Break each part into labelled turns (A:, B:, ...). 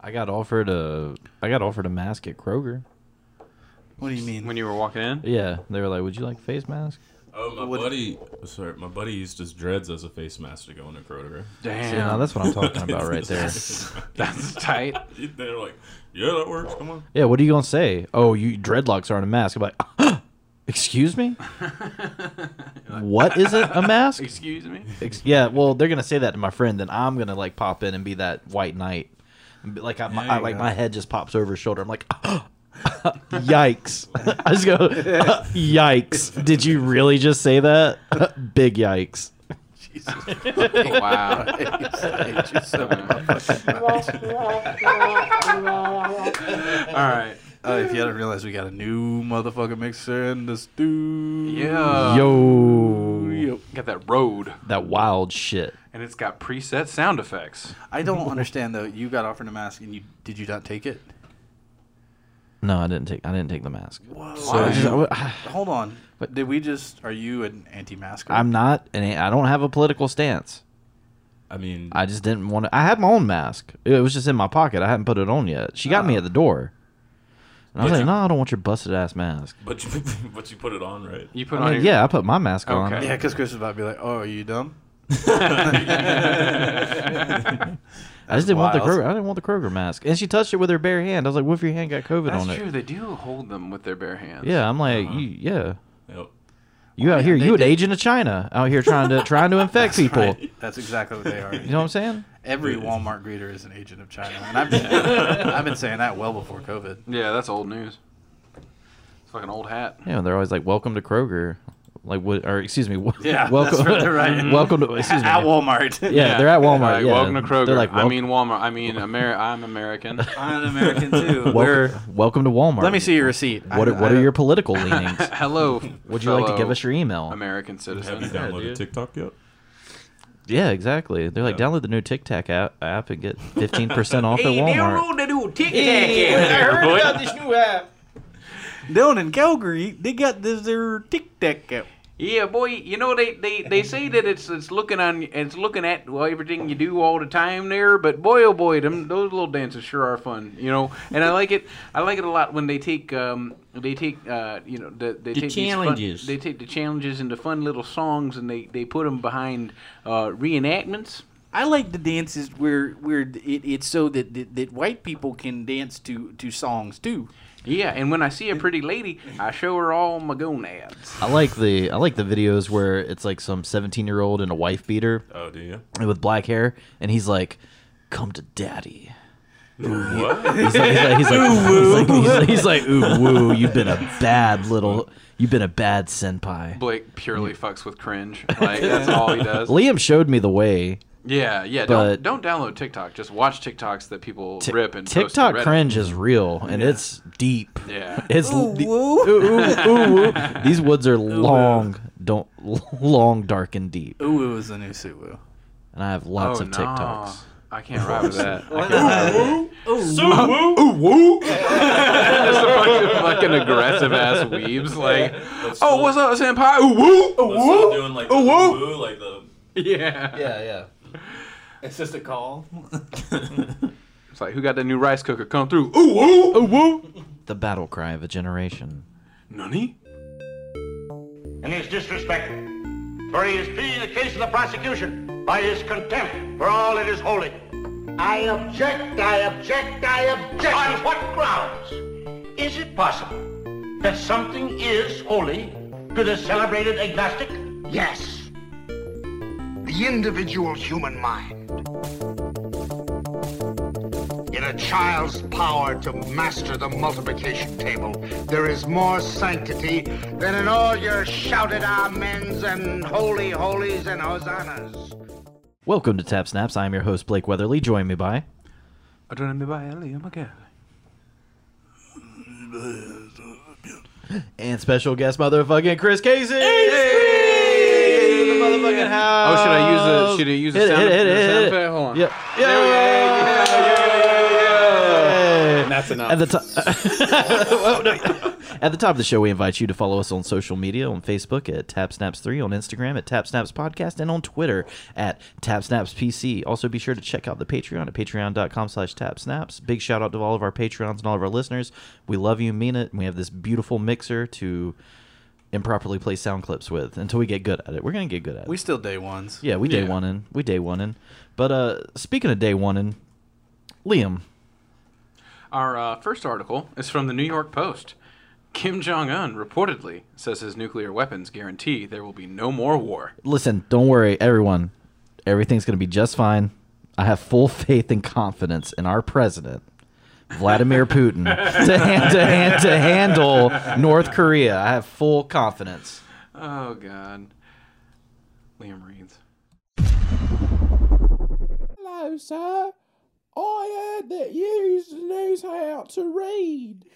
A: I got offered a I got offered a mask at Kroger.
B: What do you mean?
C: When you were walking in?
A: Yeah, they were like, "Would you like a face mask?"
D: Oh, my
B: What-
D: buddy. Sorry, my buddy used his dreads as a face mask to go into Kroger.
C: Damn.
A: Yeah, that's what I'm talking about right there.
C: That's tight.
D: They're like, yeah, that works. Come on.
A: Yeah, what are you gonna say? Oh, you dreadlocks aren't a mask. I'm like, excuse me. what is it? A mask?
C: Excuse me?
A: Ex- yeah. Well, they're gonna say that to my friend, then I'm gonna like pop in and be that white knight. And be- Like I, my,
D: There
A: I-
D: you
A: like
D: go.
A: my head just pops over his shoulder. I'm like, yikes! I just go, yikes! Did you really just say that? Big yikes!
C: Wow. All right.
B: Oh, if you hadn't realized, we got a new motherfucking mixer in this dude.
C: Yeah.
A: Yo,
C: Got that road,
A: that wild shit.
C: and it's got preset sound effects.
B: I don't understand though. You got offered a mask, and you did you not take it?
A: No, I didn't take. I didn't take the mask.
B: Whoa.
A: So I just- I
C: Why?
A: w-
B: Hold on.
A: But-
B: did we just? Are you an anti-masker?
A: I'm not, and I don't have a political stance.
D: I mean,
A: I just didn't want to. I had my own mask. It was just in my pocket. I hadn't put it on yet. She got me at the door, and I was
D: But
A: like,
D: you-
A: "No, I don't want your busted ass mask."
D: but you but you put it on, right?
C: You put
A: I'm
C: on
A: like,
C: your
A: yeah, I put my mask on.
C: Okay.
B: Yeah, because Chris is about to be like, "Oh, are you dumb?"
A: I just didn't want the
B: wild.
A: Kroger. I didn't want the Kroger mask, and she touched it with her bare hand. I was like, "What if your hand got COVID
C: That's
A: on it?"
C: true. They do hold them with their bare hands.
A: Yeah, I'm like, you, "Yeah,
D: Yep.
A: you out
B: yeah,
A: here,
B: they
A: you an
B: did-
A: agent of China out here trying to trying to infect people."
B: That's exactly what they are.
A: You know what I'm saying?
B: Every Walmart greeter is an agent of China, and I've been, I've been saying that well before COVID.
C: Yeah, that's old news. It's like an old hat.
A: Yeah, and they're always like, "Welcome to Kroger," like, what, or excuse me, wel-
B: Yeah, that's
A: welcome,
B: right, they're right.
A: welcome to, excuse me,
B: At Walmart.
A: Yeah, they're at Walmart.
C: Like,
A: yeah.
C: Welcome to Kroger.
A: They're like,
C: I mean Walmart. I mean Ameri- I'm American.
B: I'm an American too. We're-
A: welcome, welcome to Walmart.
B: Let me see your receipt.
A: What
B: I-
A: are, what
B: I-
A: are your political leanings?
C: Hello.
A: Would you like to
C: fellow
A: give us your email?
C: American
D: Have you
C: citizen?
D: downloaded
A: dude.
D: TikTok yet?
A: Yeah, exactly. They're like,
D: Yeah.
A: download the new Tic Tac app, app and get 15% off at Walmart.
C: the new Tic Tac.
B: Down in Calgary, they got this their tic tac out.
C: Yeah, boy. You know they, they, they say that it's it's looking on it's looking at well, everything you do all the time there. But boy, oh boy, them those little dances sure are fun. You know, and I like it. I like it a lot when they take um they take uh you know the, they
E: The
C: take these
E: challenges.
C: Fun, they take the challenges into fun little songs and they they put them behind uh, reenactments.
E: I like the dances where where it, it's so that, that that white people can dance to to songs too.
C: Yeah, and when I see a pretty lady, I show her all my gonads.
A: I like the I like the videos where it's like some 17 year old and a wife beater
D: Oh, do you?
A: with black hair, and he's like, "Come to daddy."
D: What?
A: He's like, he's like, he's like, he's like, he's like, he's like, ooh woo, you've been a bad little, you've been a bad senpai.
C: Blake purely fucks with cringe. Like that's all he does.
A: Liam showed me the way
C: Yeah, yeah.
A: But-
C: don't don't download TikTok. Just watch TikToks that people
A: Ti-
C: rip and post to
A: TikTok
C: Reddit.
A: cringe is real and it's deep.
C: Yeah.
A: It's the- ooh, ooh, ooh, woo. These woods are long, don't long, dark and deep.
B: Uwu is the new Suwu.
A: And I have
C: Oh,
A: lots of
C: no.
A: TikToks.
C: I can't ride with that. I can't
B: Uh,
C: ride with that. fucking aggressive ass weebs. Like,
D: That's
C: oh,
D: still-
C: what's up, senpai? Ooh, woo, ooh,
D: that's
C: woo.
D: still doing like the Oh, woo, like the.
C: Yeah.
A: Yeah, yeah.
B: It's just a call.
C: It's like, who got the new rice cooker? Come through. Ooh, woo, ooh, woo.
A: The battle cry of a generation.
C: Nani?
F: and his disrespect. For he is pleading the case of the prosecution by his contempt for all that is holy. I object, I object, I object. On what grounds? Is it possible that something is holy to the celebrated agnostic?
G: Yes. The individual human mind. In a child's power to master the multiplication table, there is more sanctity than in all your shouted amens and holy holies and hosannas.
A: Welcome to Tap Snaps. I'm your host, Blake Weatherly. Join me by.
C: I don't know by Liam again.
A: And special guest, motherfucking Chris Casey. Hey! In the motherfucking house.
C: Oh, should I use the- should I use the
A: Hit it,
C: sound-
A: hit it,
C: the
A: hit
C: sound
A: it.
C: effect? Hold on.
A: Yep.
C: There we go.
A: Yeah.
C: That's enough.
A: At the time, At the top of the show, we invite you to follow us on social media on Facebook at TapSnaps3, on Instagram at TapSnaps Podcast, and on Twitter at TapSnapsPC. Also, be sure to check out the Patreon at patreon.com slash TapSnaps. Big shout out to all of our Patreons and all of our listeners. We love you, mean it. And we have this beautiful mixer to improperly play sound clips with until we get good at it. We're going to get good at it.
B: We still day ones.
A: yeah, we day
D: Yeah.
A: one in. We day one in. But uh speaking of day one in, Liam,
C: Our uh, first article is from the New York Post. Kim Jong Un reportedly says his nuclear weapons guarantee there will be no more war.
A: listen, don't worry, everyone. Everything's going to be just fine. I have full faith and confidence in our president, Vladimir Putin, to, hand, to, hand, to handle North Korea. I have full confidence.
C: Oh God. Liam reads.
H: Hello, Oh, sir. I heard that you knows how to read.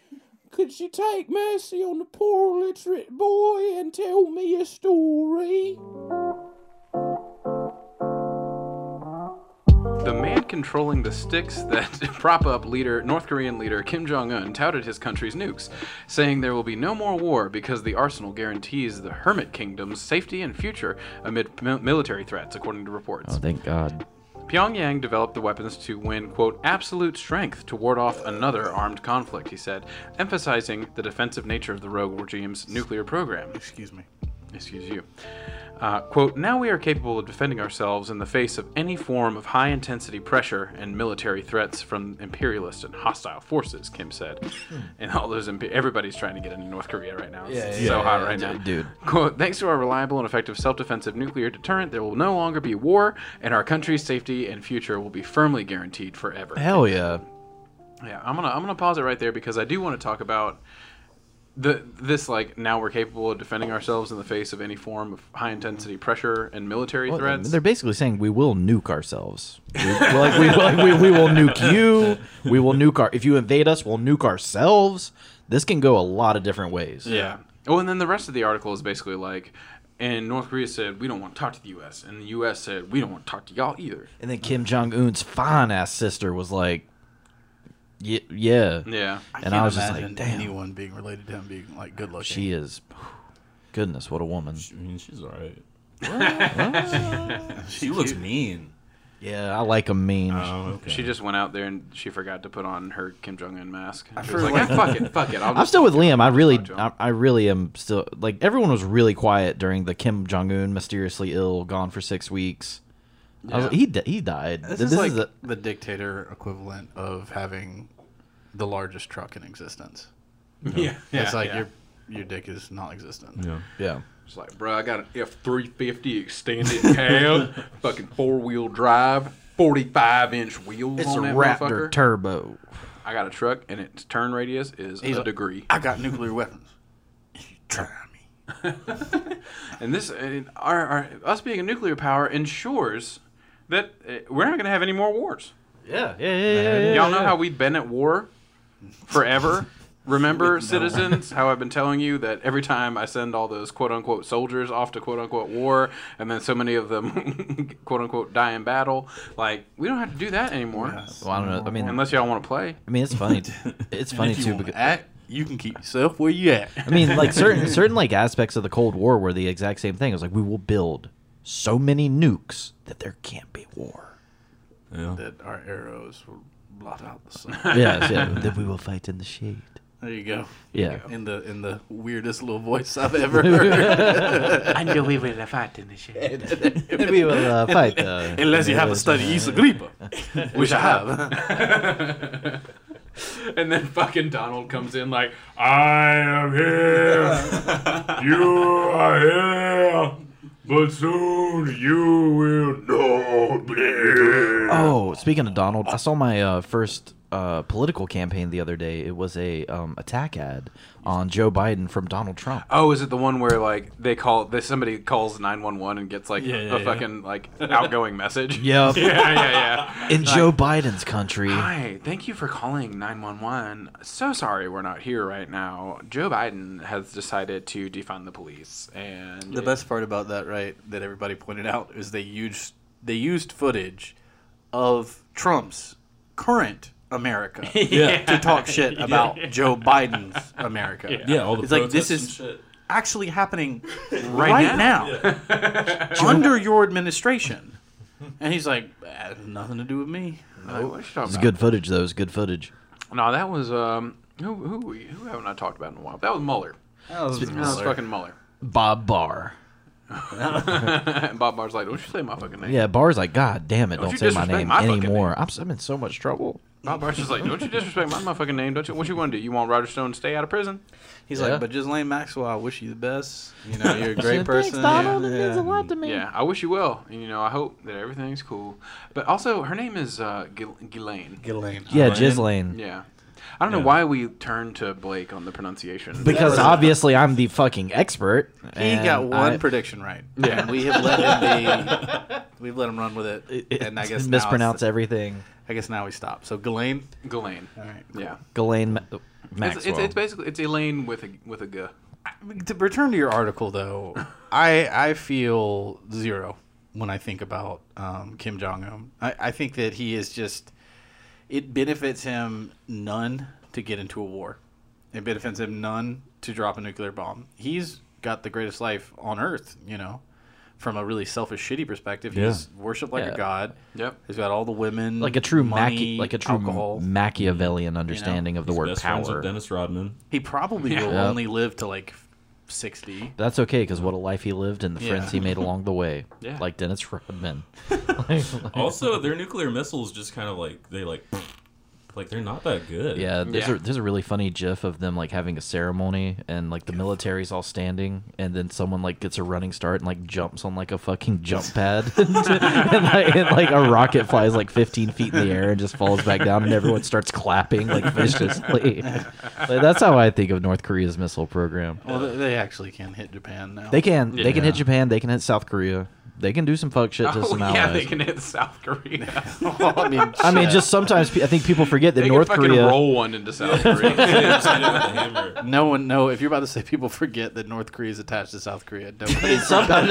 H: Could you take mercy on the poor illiterate boy and tell me a story?
C: The man controlling the sticks that prop up leader North Korean leader Kim Jong Un touted his country's nukes, saying there will be no more war because the arsenal guarantees the hermit kingdom's safety and future amid mi- military threats, according to reports.
A: Oh, thank God.
C: Pyongyang developed the weapons to win, quote, absolute strength to ward off another armed conflict, he said, emphasizing the defensive nature of the rogue regime's nuclear program.
B: Excuse me.
C: Excuse you. Uh, quote, now we are capable of defending ourselves in the face of any form of high intensity pressure and military threats from imperialist and hostile forces, Kim said.
B: Hmm.
C: and all those, imp- everybody's trying to get into North Korea right now. It's so hot right now.
A: dude.
C: Quote, thanks to our reliable and effective self defensive nuclear deterrent, there will no longer be war, and our country's safety and future will be firmly guaranteed forever.
A: Hell yeah.
C: Yeah, I'm gonna I'm gonna pause it right there because I do want to talk about the this like now we're capable of defending ourselves in the face of any form of high intensity pressure and military
A: Well,
C: threats.
A: Oh, They're basically saying we will nuke ourselves. We, we're like, we, like, we, we will nuke you. We will nuke our. If you invade us, we'll nuke ourselves. This can go a lot of different ways.
C: Yeah. Oh, and then the rest of the article is basically like, and North Korea said we don't want to talk to the U.S. and the U.S. said we don't want to talk to y'all either.
A: And then Kim Jong Un's fine ass sister was like, "Yeah, yeah."
C: Yeah.
A: and I was just like,
B: imagine
A: "Damn,
B: anyone being related to him being like good looking.
A: she is." Goodness, what a woman!
D: I mean, she's all right. she looks mean.
A: Yeah, I like a mean.
B: Uh,
D: Oh, okay.
C: She just went out there and she forgot to put on her Kim Jong Un mask. She was like, "Ah, fuck it, fuck it. I'll
A: I'm
C: just
A: still with Liam. I really,
C: John.
A: I, I really am still like everyone was really quiet during the Kim Jong Un mysteriously ill, gone for six weeks. I was-
C: Yeah.
A: he di- he died.
B: This,
A: This,
B: is like
A: is a,
B: the dictator equivalent of having the largest truck in existence.
C: yeah, yeah,
B: it's like
C: yeah.
B: your your dick is non-existent.
D: Yeah.
A: yeah.
C: It's like, bro, I got an F three fifty extended cab, fucking four wheel drive, forty five inch wheels
A: It's a
C: on that
A: Raptor
C: motherfucker.
A: turbo.
C: I got a truck, and its turn radius is a degree.
B: I got nuclear weapons. You try me.
C: And this, and our, our us being a nuclear power ensures that uh, we're not gonna have any more wars.
A: Yeah, yeah, yeah, yeah. yeah,
C: Y'all know how we've been at war forever. Remember, citizens, how I've been telling you that every time I send all those quote unquote soldiers off to quote unquote war, and then so many of them quote unquote die in battle, like, we don't have to do that anymore.
A: Well, I don't know. I mean,
C: Unless y'all want to play.
A: I mean, it's funny. It's funny
B: If you
A: too
B: wanna
A: because
B: act, you can keep yourself where you at.
A: I mean, like certain certain like aspects of the Cold War were the exact same thing. It was like we will build so many nukes that there can't be war.
D: Yeah.
B: that our arrows will blot out the sun.
A: Yes, yeah. that we will fight in the shade.
B: There you go.
A: Yeah.
B: In the in the weirdest little voice I've ever heard.
C: I know we will fight in the shade.
A: we will uh, fight. Uh,
B: Unless you have a study East Agrippa, which I have.
C: And then fucking Donald comes in like,
I: I am here. you are here. But soon you will know me.
A: Oh, speaking of Donald, I saw my uh, first uh, political campaign the other day. It was a um, attack ad on Joe Biden from Donald Trump.
C: oh, is it the one where like they call, they, somebody calls 911 and gets like a fucking like outgoing message?
A: Yep.
C: yeah, yeah, yeah.
A: In Joe Biden's country.
C: Hi, thank you for calling 911. So sorry we're not here right now. Joe Biden has decided to defund the police and
B: The best part about that, right, that everybody pointed out is they used they used footage of Trump's current America
D: Yeah.
B: to talk shit about Joe Biden's America.
D: Yeah, all the
B: It's like, this
D: protests
B: is-
D: and shit.
B: Actually happening right, now, under your administration. And he's like, "Ah, nothing to do with me.
C: Like, what you talking
A: It's
C: about?
A: good footage, though. It's good footage.
C: No, that was um, who who we- who haven't I talked about in a while? That was Mueller. That was fucking Mueller.
A: Bob Barr.
C: And Bob Barr's like, don't you say my fucking name?
A: Yeah, Barr's like, God damn it, don't,
C: you
A: say my
C: disrespect
A: name
C: my fucking
A: anymore. I'm, s- I'm in so much trouble.
C: Bob Barr's just like, don't you disrespect my motherfucking name? Don't you? What you want to do? You want Roger Stone to stay out of prison?
B: He's
A: Yeah.
B: like, but Ghislaine Maxwell, I wish you the best. You know, you're a great
A: Thanks,
B: person.
A: Donald.
B: Yeah.
A: It means a lot to me.
C: Yeah, I wish you well. And you know, I hope that everything's cool. But also, her name is uh, Gil- Ghislaine.
B: Ghislaine.
A: Yeah, Gislaine.
C: Yeah. I don't know why we turned to Blake on the pronunciation.
A: Because obviously I'm the fucking expert.
B: He
A: and
B: got one
A: I-
B: prediction right.
C: Yeah.
B: And we have let him be. We've let him run with it,
A: it-
B: and I
A: it's
B: guess now it's-
A: mispronounce everything.
B: I guess now we stop. So Ghislaine.
C: Ghislaine.
B: All right.
C: Yeah.
A: Ghislaine Ma-
C: It's,
A: Maxwell.
C: it's, it's basically it's Elaine with a with a g.
B: To return to your article, though, I I feel zero when I think about um, Kim Jong Un. I, I think that he is just. It benefits him none to get into a war. It benefits him none to drop a nuclear bomb. He's got the greatest life on earth, you know, from a really selfish, shitty perspective. He's worshipped like
A: Yeah.
B: a god.
C: Yep.
B: He's got all the women,
A: like a true
B: money,
A: Machi- like a true
B: alcohol.
A: Machiavellian understanding of the word
D: Best friends with
A: power.
D: Dennis Rodman.
B: he probably will
A: Yeah.
B: only live to like sixty.
A: That's okay because what a life he lived and the friends he made along the way.
C: Yeah.
A: Like Dennis Rodman.
D: Also, their nuclear missiles just kind of like they like, like they're not that good.
A: Yeah, there's
C: Yeah.
A: a there's a really funny GIF of them like having a ceremony and like the military's all standing and then someone like gets a running start and like jumps on like a fucking jump pad and, like, and, like, a rocket flies like 15 feet in the air and just falls back down and everyone starts clapping like viciously. like, that's how I think of North Korea's missile program.
B: Well, they- they actually can hit Japan now.
A: They can they can hit Japan, they can hit South Korea, they can do some fuck shit to
C: Oh
A: some
C: yeah,
A: allies.
C: they can hit South Korea.
B: I mean,
A: I mean, just sometimes pe- I think people forget that
C: they
A: North
C: can fucking
A: Korea.
C: roll one into South Korea.
D: They just hit it with a hammer.
B: no one. No, if you're about to say people forget that North Korea is attached to South Korea, nobody.
A: Sometimes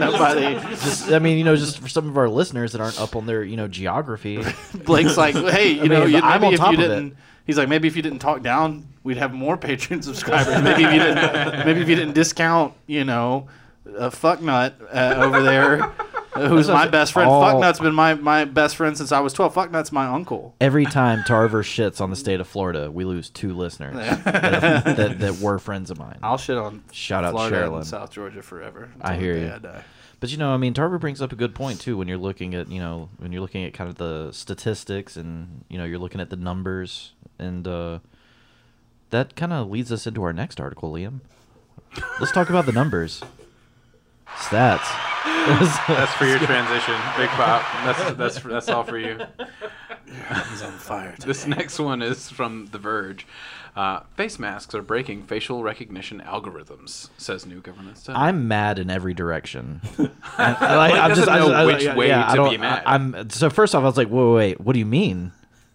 B: nobody.
A: just I mean, you know, just for some of our listeners that aren't up on their, you know, geography.
B: Blake's like, hey, you
A: mean,
B: know, you, maybe
A: I'm on
B: if
A: top
B: you
A: of it.
B: didn't. He's like, maybe if you didn't talk down, we'd have more Patreon subscribers. Maybe if you didn't, maybe if you didn't discount, you know, a fucknut uh, over there, uh, who's my best friend.
A: all-
B: Fucknut's been my, my best friend since I was twelve. Fucknut's my uncle.
A: Every time Tarver shits on the state of Florida, we lose two listeners that, that, that were friends of mine.
B: I'll shit on
A: Shout out
B: Florida and
A: Sherilyn.
B: South Georgia forever.
A: I
B: until
A: hear
B: the day
A: you.
B: I die.
A: But you know, I mean, Tarver brings up a good point too when you're looking at, you know, when you're looking at kind of the statistics and you know you're looking at the numbers and uh, that kind of leads us into our next article, Liam. Let's talk about the numbers, stats.
C: that's for your transition, Big Pop. That's that's that's all for you.
B: He's on fire.
C: This next one is from The Verge. Uh, face masks are breaking facial recognition algorithms, says new government study.
A: I'm mad in every direction. And, like, I'm just,
C: doesn't
A: I just,
C: know
A: I-
C: which
A: yeah,
C: way
A: yeah, I
C: to
A: don't-
C: be mad.
A: I, am so first off, I was like, wait, wait, wait, what do you mean?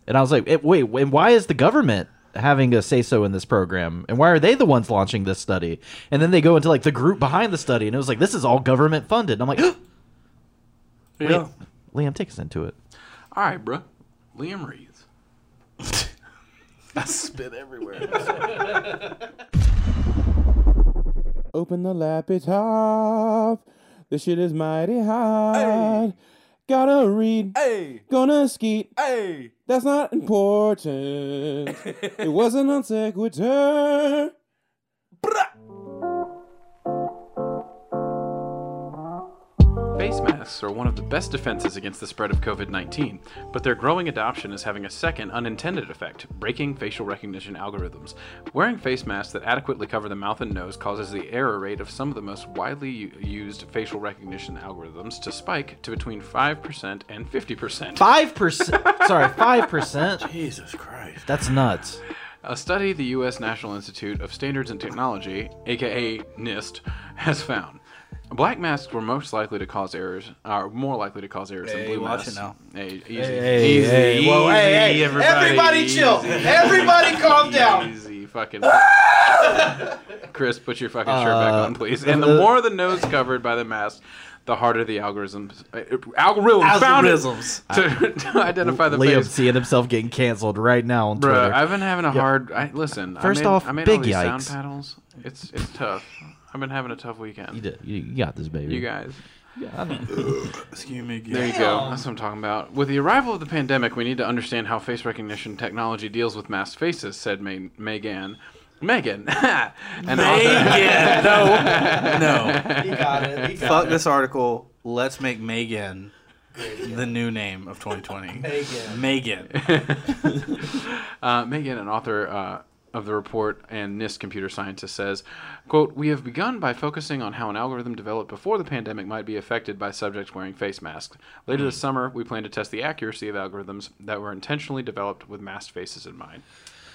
A: And I was like, eh, wait, wait, why is the government having a say so in this program? And why are they the ones launching this study? And then they go into like the group behind the study, and it was like, this is all government funded. And I'm like,
B: Yeah.
A: Liam, take us into it.
C: all right, bruh. Liam Reeves.
B: I spit everywhere.
H: Open the laptop. This shit is mighty hot. Gotta read. Hey. Gonna skeet. Hey. That's not important. it wasn't on sequitur.
C: Face masks are one of the best defenses against the spread of COVID 19, but their growing adoption is having a second unintended effect, breaking facial recognition algorithms. Wearing face masks that adequately cover the mouth and nose causes the error rate of some of the most widely u- used facial recognition algorithms to spike to between 5% and 50%.
A: Five percent. sorry, five percent.
B: Jesus Christ.
A: That's nuts.
C: A study the U.S. National Institute of Standards and Technology, aka NIST, has found. Black masks were most likely to cause errers, are more likely to cause errors than blue
B: watch
C: masks.
B: it now.
C: Hey, easy, easy,
B: Whoa, hey,
C: easy, everybody,
E: chill. Everybody calm down.
C: easy, fucking. Chris, put your fucking shirt back on, please. And the
A: uh,
C: more the nose covered by the mask, the harder the algorithms uh, algorithms, found it
B: Algorithms.
C: to, to identify the
A: Liam
C: face.
A: seeing himself getting canceled right now on
C: Bruh,
A: Twitter.
C: I've been having a hard. I, listen,
A: First
C: I made,
A: off,
C: I made all
A: big
C: these sound
A: yikes.
C: paddles. It's it's tough. I've been having a tough weekend.
A: you, did, you, you got this, baby.
C: You guys.
B: Excuse me.
C: There you go. That's what I'm talking about. With the arrival of the pandemic, we need to understand how face recognition technology deals with masked faces, said May- Megan. Megan. and author-
B: no.
J: got it. He got
B: Fuck this article. Let's make Megan the new name of 2020. Megan.
C: uh, Megan, an author uh, of the report and NIST computer scientist, says, quote, We have begun by focusing on how an algorithm developed before the pandemic might be affected by subjects wearing face masks. Later this
A: Hmm.
C: summer, we plan to test the accuracy of algorithms that were intentionally developed with masked faces in mind.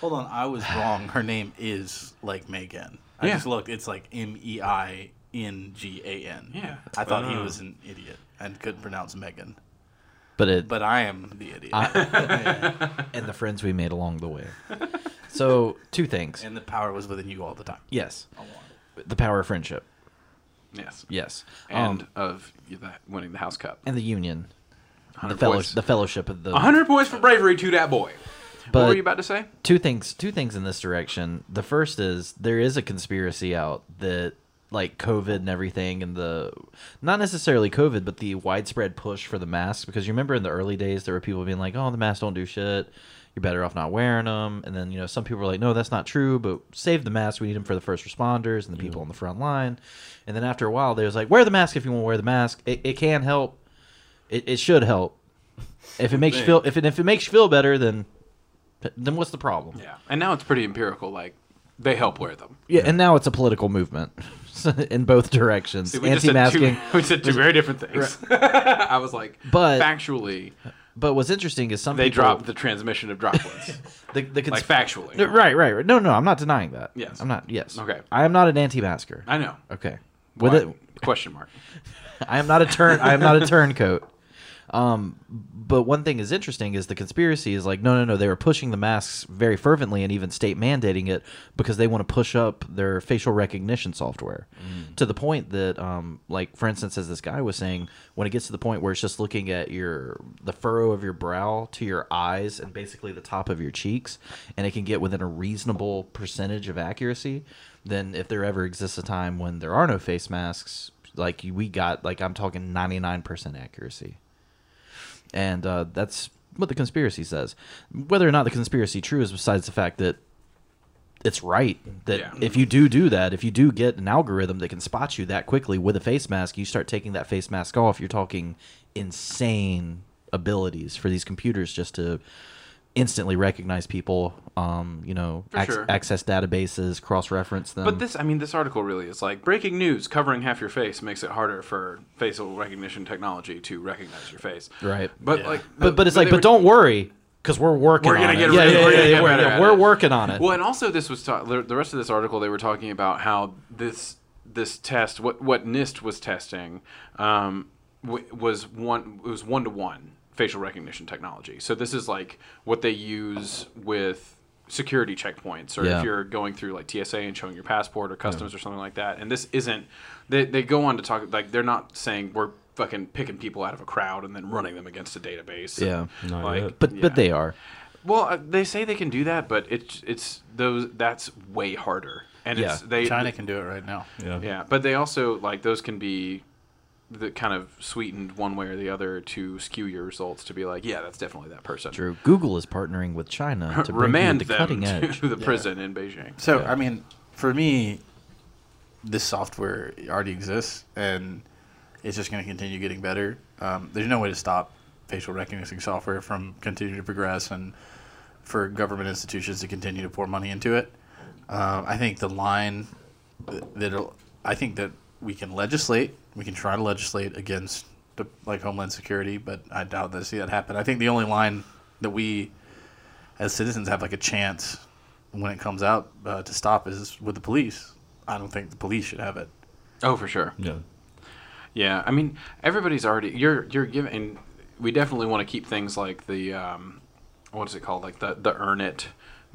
B: Hold on, I was wrong. Her name is like Megan. I
C: Yeah.
B: just looked. It's like M E I N G A N.
C: Yeah.
B: I thought he
D: Oh.
B: was an idiot and couldn't pronounce Megan.
A: But it,
B: But I am the idiot.
A: and the friends we made along the way. so two things.
B: and the power was within you all the time.
A: Yes, the power of friendship.
C: Yes.
A: Yes,
C: And
A: um,
C: of the, winning the House Cup.
A: and the union, the
C: 100
A: fellowship,
C: points.
A: the fellowship of the.
C: 100 points for bravery to that boy. what were
A: But
C: you about to say?
A: two things two things in this direction the first is there is a conspiracy out that like covid and everything and the not necessarily covid but the widespread push for the masks because you remember in the early days there were people being like oh the masks don't do shit you're better off not wearing them and then you know some people were like no that's not true but save the mask we need them for the first responders and the people on the front line and then after a while they was like wear the mask if you want to wear the mask it, it can help it, it should help if it makes you feel if it, if it makes you feel better then then what's the problem
C: Yeah. And now it's pretty empirical. Like, they help wear them.
A: yeah, and now it's a political movement in both directions.
C: See, we just said two-
A: Anti-masking.
C: we said two very different things. I was like,
A: But-
C: factually,
A: But what's interesting is some
C: they
A: people,
C: dropped the transmission of droplets.
A: the, the cons-
C: like factually.
A: No, right, right, right. No, no, I'm not denying that.
C: Yes.
A: I'm not. Yes.
C: Okay.
A: I am not an anti-masker.
C: I know.
A: okay. With it,
C: Why? Question mark.
A: I am not a turn. I am not a turncoat. Um, but one thing is interesting is the conspiracy is like, no, no, no. They were pushing the masks very fervently and even state mandating it because they want to push up their facial recognition software to the point that, um, like for instance, as this guy was saying, when it gets to the point where it's just looking at your the furrow of your brow to your eyes and basically the top of your cheeks, and it can get within a reasonable percentage of accuracy, then if there ever exists a time when there are no face masks, like we got, like I'm talking 99% accuracy and uh, that's what the conspiracy says. Whether or not the conspiracy true is besides the fact that it's right that
C: Yeah.
A: if you do do that, if you do get an algorithm that can spot you that quickly with a face mask, you start taking that face mask off. You're talking insane abilities for these computers just to instantly recognize people. Um, you know, ac-
C: sure.
A: access databases, cross reference them.
C: But this, I mean, this article really is like breaking news covering half your face makes it harder for facial recognition technology to recognize your face.
A: Right.
C: But like,
A: but, but it's like,
C: they
A: but
C: were-
A: don't worry. Because we're working
C: We're
A: on
C: gonna
A: it.
C: get
A: yeah,
C: rid-
A: yeah,
C: we're
A: yeah,
C: gonna
A: yeah,
C: get
A: we're-
C: better
A: yeah,
C: at
A: we're
C: it.
A: working on it.
C: Well, and also this was ta- the the rest of this article they were talking about how this this test what what NIST was testing um, w- was one it was one to one facial recognition technology. So this is like what they use with security checkpoints or
A: Yeah.
C: if you're going through like TSA and showing your passport or customs or something like that. And this isn't they they go on to talk like they're not saying we're fucking picking people out of a crowd and then running them against a database.
A: Yeah.
D: Not
C: Like,
D: yet.
A: but but
C: yeah.
A: they are.
C: Well, uh, they say they can do that, but it's it's those that's way harder. And it's
A: Yeah.
C: they
B: China can do it right now.
D: Yeah.
C: Yeah, but they also like those can be the kind of sweetened one way or the other to skew your results to be like, yeah, that's definitely that person.
A: Drew, Google is partnering with China to bring
C: Remand
A: you the
C: them
A: cutting edge.
C: to the prison in Beijing.
B: So I mean, for me, this software already exists, and it's just going to continue getting better. Um, there's no way to stop facial recognition software from continuing to progress, and for government institutions to continue to pour money into it. Um, I think the line th- that I think that we can legislate, we can try to legislate against the, like Homeland Security, but I doubt that see that happen. I think the only line that we as citizens have like a chance when it comes out uh, to stop is with the police. I don't think the police should have it.
C: Oh, for sure.
D: Yeah.
C: Yeah, I mean, everybody's already you're you're giving. And we definitely want to keep things like the um, what is it called, like the the earn it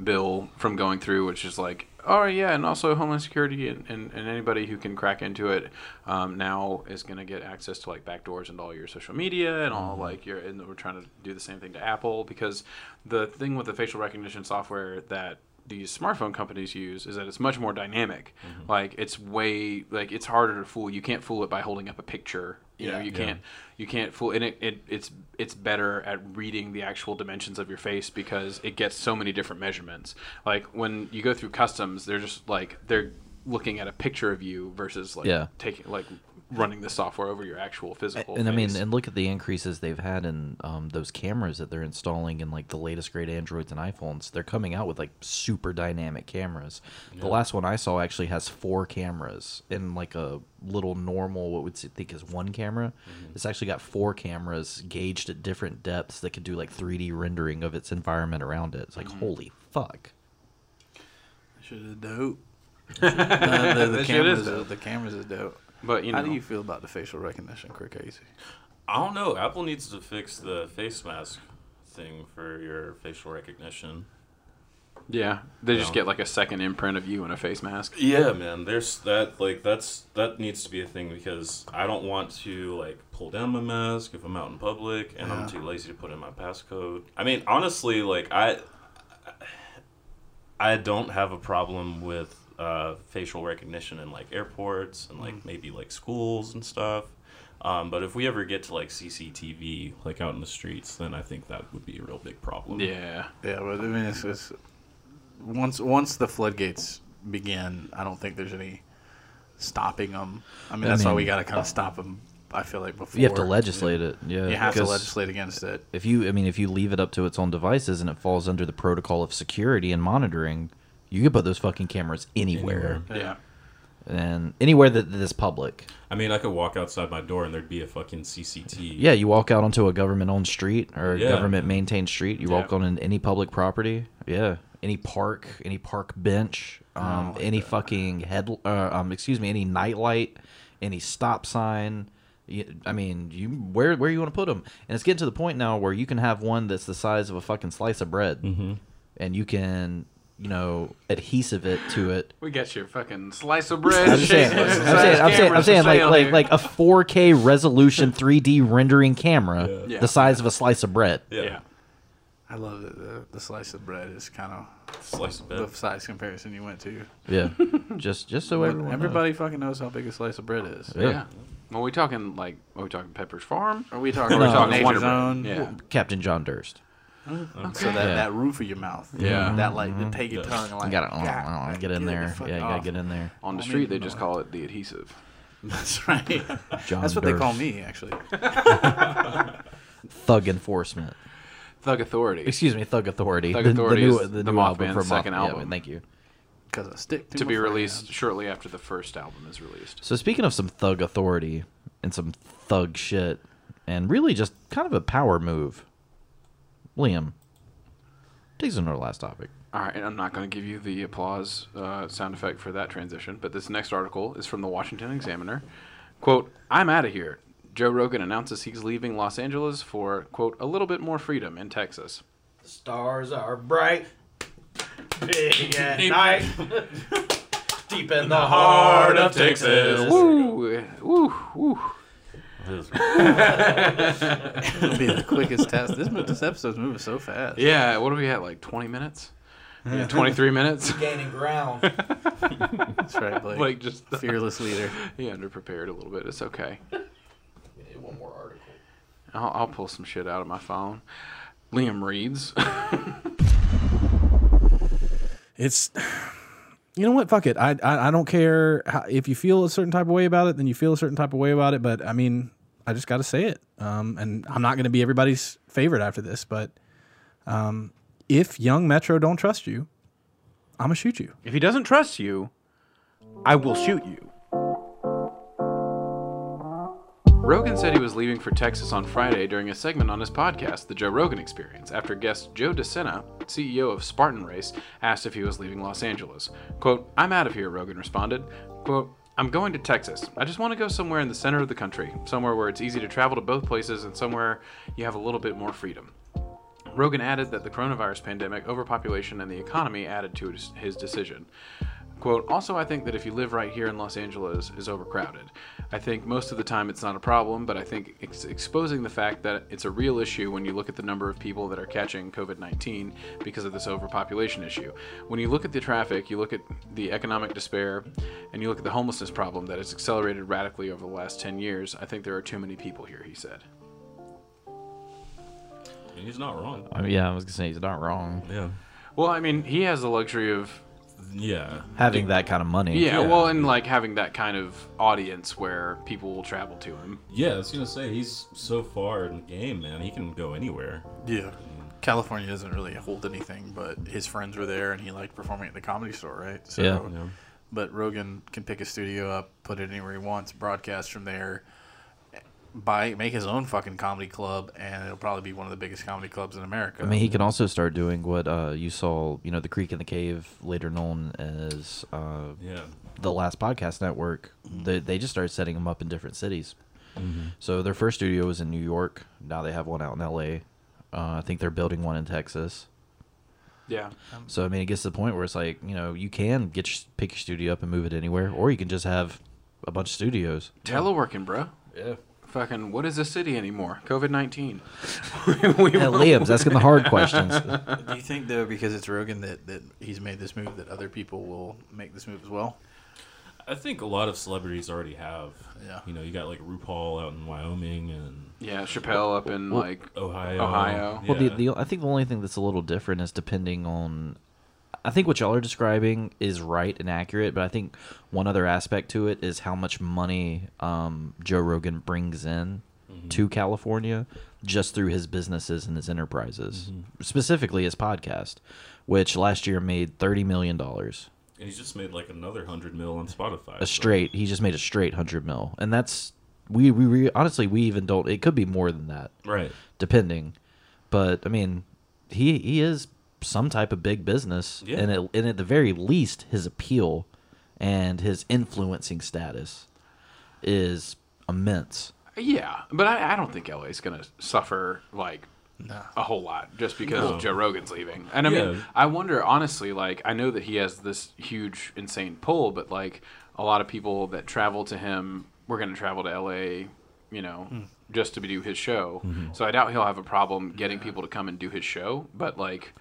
C: bill from going through, which is like, oh yeah, and also Homeland Security and, and, and anybody who can crack into it um, now is going to get access to like backdoors into all your social media and all like your. And we're trying to do the same thing to Apple because the thing with the facial recognition software that these smartphone companies use is that it's much more dynamic.
A: Mm-hmm.
C: Like it's way like it's harder to fool. You can't fool it by holding up a picture. You know, you can't you can't fool and it, it it's it's better at reading the actual dimensions of your face because it gets so many different measurements. Like when you go through customs, they're just like they're looking at a picture of you versus like
A: Yeah.
C: taking like running the software over your actual physical
A: and I mean,
C: face.
A: and look at the increases they've had in um, those cameras that they're installing in like the latest great Androids and iPhones. They're coming out with like super dynamic cameras. The last one I saw actually has four cameras and like a little normal, what would you think is one camera. It's actually got four cameras gauged at different depths that can do like 3D rendering of its environment around it. It's like, holy fuck.
E: Should have dope.
B: the, the
C: That shit
B: cameras,
C: is
B: are-
C: dope.
B: the cameras are dope.
C: but you know
B: How do you feel about the facial recognition, Kirkasey?
D: I don't know. Apple needs to fix the face mask thing for your facial recognition.
C: yeah, they just
D: No.
C: get like a second imprint of you in a face mask.
D: Yeah, man. There's that. Like that's that needs to be a thing because I don't want to like pull down my mask if I'm out in public, and I'm too lazy to put in my passcode. I mean, honestly, like I, I don't have a problem with uh, facial recognition in like airports and like maybe like schools and stuff. Um, but if we ever get to like CCTV, like out in the streets, then I think that would be a real big problem.
C: Yeah,
B: Yeah, but I mean, it's, it's once once the floodgates begin, I don't think there's any stopping them. I mean, that's why we
A: mean- uh,
B: got to kind of stop them. I feel like before
A: You have to legislate it. Yeah.
B: You have to
A: because-
B: legislate against it.
A: if you i mean if you leave it up to its own devices and it falls under the protocol of security and monitoring you could put those fucking cameras anywhere,
C: yeah.
A: and anywhere that, that is public
D: I mean, I could walk outside my door and there'd be a fucking CCT.
A: yeah you walk out onto a government owned street or a
D: Yeah.
A: government maintained street you walk
D: Yeah.
A: on an, any public property yeah any park any park bench
D: Oh,
A: um, any fucking head uh, um, excuse me any nightlight any stop sign You- I mean, you where where you want to put them, and it's getting to the point now where you can have one that's the size of a fucking slice of bread,
D: Mm-hmm.
A: and you can you know adhesive it to it.
C: We got your fucking slice of bread.
A: I'm just saying, I'm saying, I'm saying, I'm saying like like like a 4K resolution 3D rendering camera
C: Yeah.
A: the size of a slice of bread.
D: yeah.
C: yeah.
B: I love that the, the slice of bread is kind of
D: Slice of
B: the
D: bed.
B: size comparison you went to.
A: Yeah, just just so everyone
B: Everybody fucking knows how big a slice of bread
A: knows.
B: is.
A: Yeah.
C: Yeah. Well, we talking like are we talking Pepper's Farm?
B: Are we talking,
C: Or
B: about
C: talking
B: Nature's
C: Wonder Bread?
B: Own?
C: Yeah.
A: Captain John Durst.
B: So that,
A: Yeah. Mm-hmm.
B: that roof of your mouth.
C: Yeah.
B: That like the take your
D: Yeah.
B: tongue like
A: You gotta uh, uh, get in
B: get
A: there.
B: the fuck
A: yeah, you
B: off.
A: gotta get in there.
C: On the street, they just call it the adhesive.
B: That's right.
A: John
B: That's
A: Durst.
B: what they call me actually.
A: Thug enforcement.
C: Thug Authority.
A: Excuse me, Thug Authority.
C: Thug
A: The-
C: Authority
A: the new,
C: is
A: the
C: the
A: new
C: Mothman's
A: album from
C: second
A: Moth- yeah,
C: album.
A: thank you.
B: Because I stick to,
C: To
B: my
C: be
B: friends.
C: released shortly after the first album is released.
A: So speaking of some thug authority and some thug shit, and really just kind of a power move, Liam takes us into our last topic.
C: All right, and I'm not going to give you the applause uh, sound effect for that transition, but this next article is from the Washington Examiner. Quote, I'm out of here. Joe Rogan announces he's leaving Los Angeles for, quote, a little bit more freedom in Texas.
J: Stars are bright, big at night, deep in the heart of Texas.
C: Woo! Woo! Woo!
B: It'll be the quickest test. This mo- this episode's moving so fast.
C: Yeah, what are we at? Like 20 minutes? Yeah, 23 minutes?
J: Gaining ground.
B: That's right, Blake.
C: like, just
B: fearless leader.
C: yeah, underprepared a little bit. It's okay.
J: We need one more article.
C: I'll, I'll pull some shit out of my phone. Liam reads.
K: it's you know what fuck it i i, I don't care how, if you feel a certain type of way about it then you feel a certain type of way about it but i mean i just gotta say it um, and i'm not gonna be everybody's favorite after this but um, if young metro don't trust you i'm gonna shoot you
C: if he doesn't trust you, I will shoot you. Rogan said he was leaving for Texas on Friday during a segment on his podcast, The Joe Rogan Experience, after guest Joe DeSena, CEO of Spartan Race, asked if he was leaving Los Angeles. Quote, I'm out of here, Rogan responded. Quote, I'm going to Texas. I just want to go somewhere in the center of the country, somewhere where it's easy to travel to both places and somewhere you have a little bit more freedom. Rogan added that the coronavirus pandemic, overpopulation, and the economy added to his- his decision. Quote, also, I think that if you live right here in Los Angeles is overcrowded. I think most of the time it's not a problem, but I think ex- exposing the fact that it's a real issue when you look at the number of people that are catching COVID 19 because of this overpopulation issue. When you look at the traffic, you look at the economic despair, and you look at the homelessness problem that has accelerated radically over the last 10 years, I think there are too many people here, he said.
D: And he's not wrong.
A: I mean, yeah, I was gonna say he's not wrong.
D: Yeah.
C: Well, I mean, he has the luxury of
D: Yeah.
A: Having that kind of money.
C: Yeah, well, and like having that kind of audience where people will travel to him.
D: Yeah, I was gonna say he's so far in the game, man. He can go anywhere.
B: Yeah. California doesn't really hold anything, but his friends were there and he liked performing at the comedy store, right? So,
A: Yeah.
D: Yeah.
B: But Rogan can pick a studio up, put it anywhere he wants, broadcast from there, buy, make his own fucking comedy club, and it'll probably be one of the biggest comedy clubs in America.
A: I mean, he can also start doing what uh, you saw, you know, the Creek in the Cave, later known as uh,
D: Yeah.
A: the Last Podcast Network. They, they just started setting them up in different cities. So their first studio was in New York. Now they have one out in L.A. Uh, I think they're building one in Texas.
C: Yeah.
A: So I mean, it gets to the point where it's like, you know, you can get your, pick your studio up and move it anywhere, or you can just have a bunch of studios.
C: Teleworking, bro.
D: Yeah.
C: Fucking, what is a city anymore? COVID 19.
A: Yeah, Liam's asking the hard questions.
B: Do you think though, because it's Rogan, that, that he's made this move, that other people will make this move as well?
D: I think a lot of celebrities already have.
B: Yeah.
D: You know, you got like RuPaul out in Wyoming and
C: Yeah, Chappelle up in like.
D: Ohio.
C: Ohio.
A: Well,
D: Yeah.
A: the, the I think the only thing that's a little different is depending on. I think what y'all are describing is right and accurate, but I think one other aspect to it is how much money um, Joe Rogan brings in to California just through his businesses and his enterprises, specifically his podcast, which last year made thirty million dollars
D: and he's just made like another hundred mil on Spotify.
A: a straight. He just made a straight hundred mil, and that's we we, we honestly we even don't. It could be more than that
D: Right.
A: depending. But I mean, he he is some type of big business,
D: Yeah.
A: and it, and at the very least, his appeal and his influencing status is immense.
C: Yeah, but I, I don't think LA's going to suffer like a whole lot just because Joe Rogan's leaving. And I mean,
D: Yeah.
C: I wonder, honestly, like, I know that he has this huge, insane pull, but like, a lot of people that travel to him were going to travel to LA, you know, just to do his show. So I doubt he'll have a problem getting people to come and do his show. But like,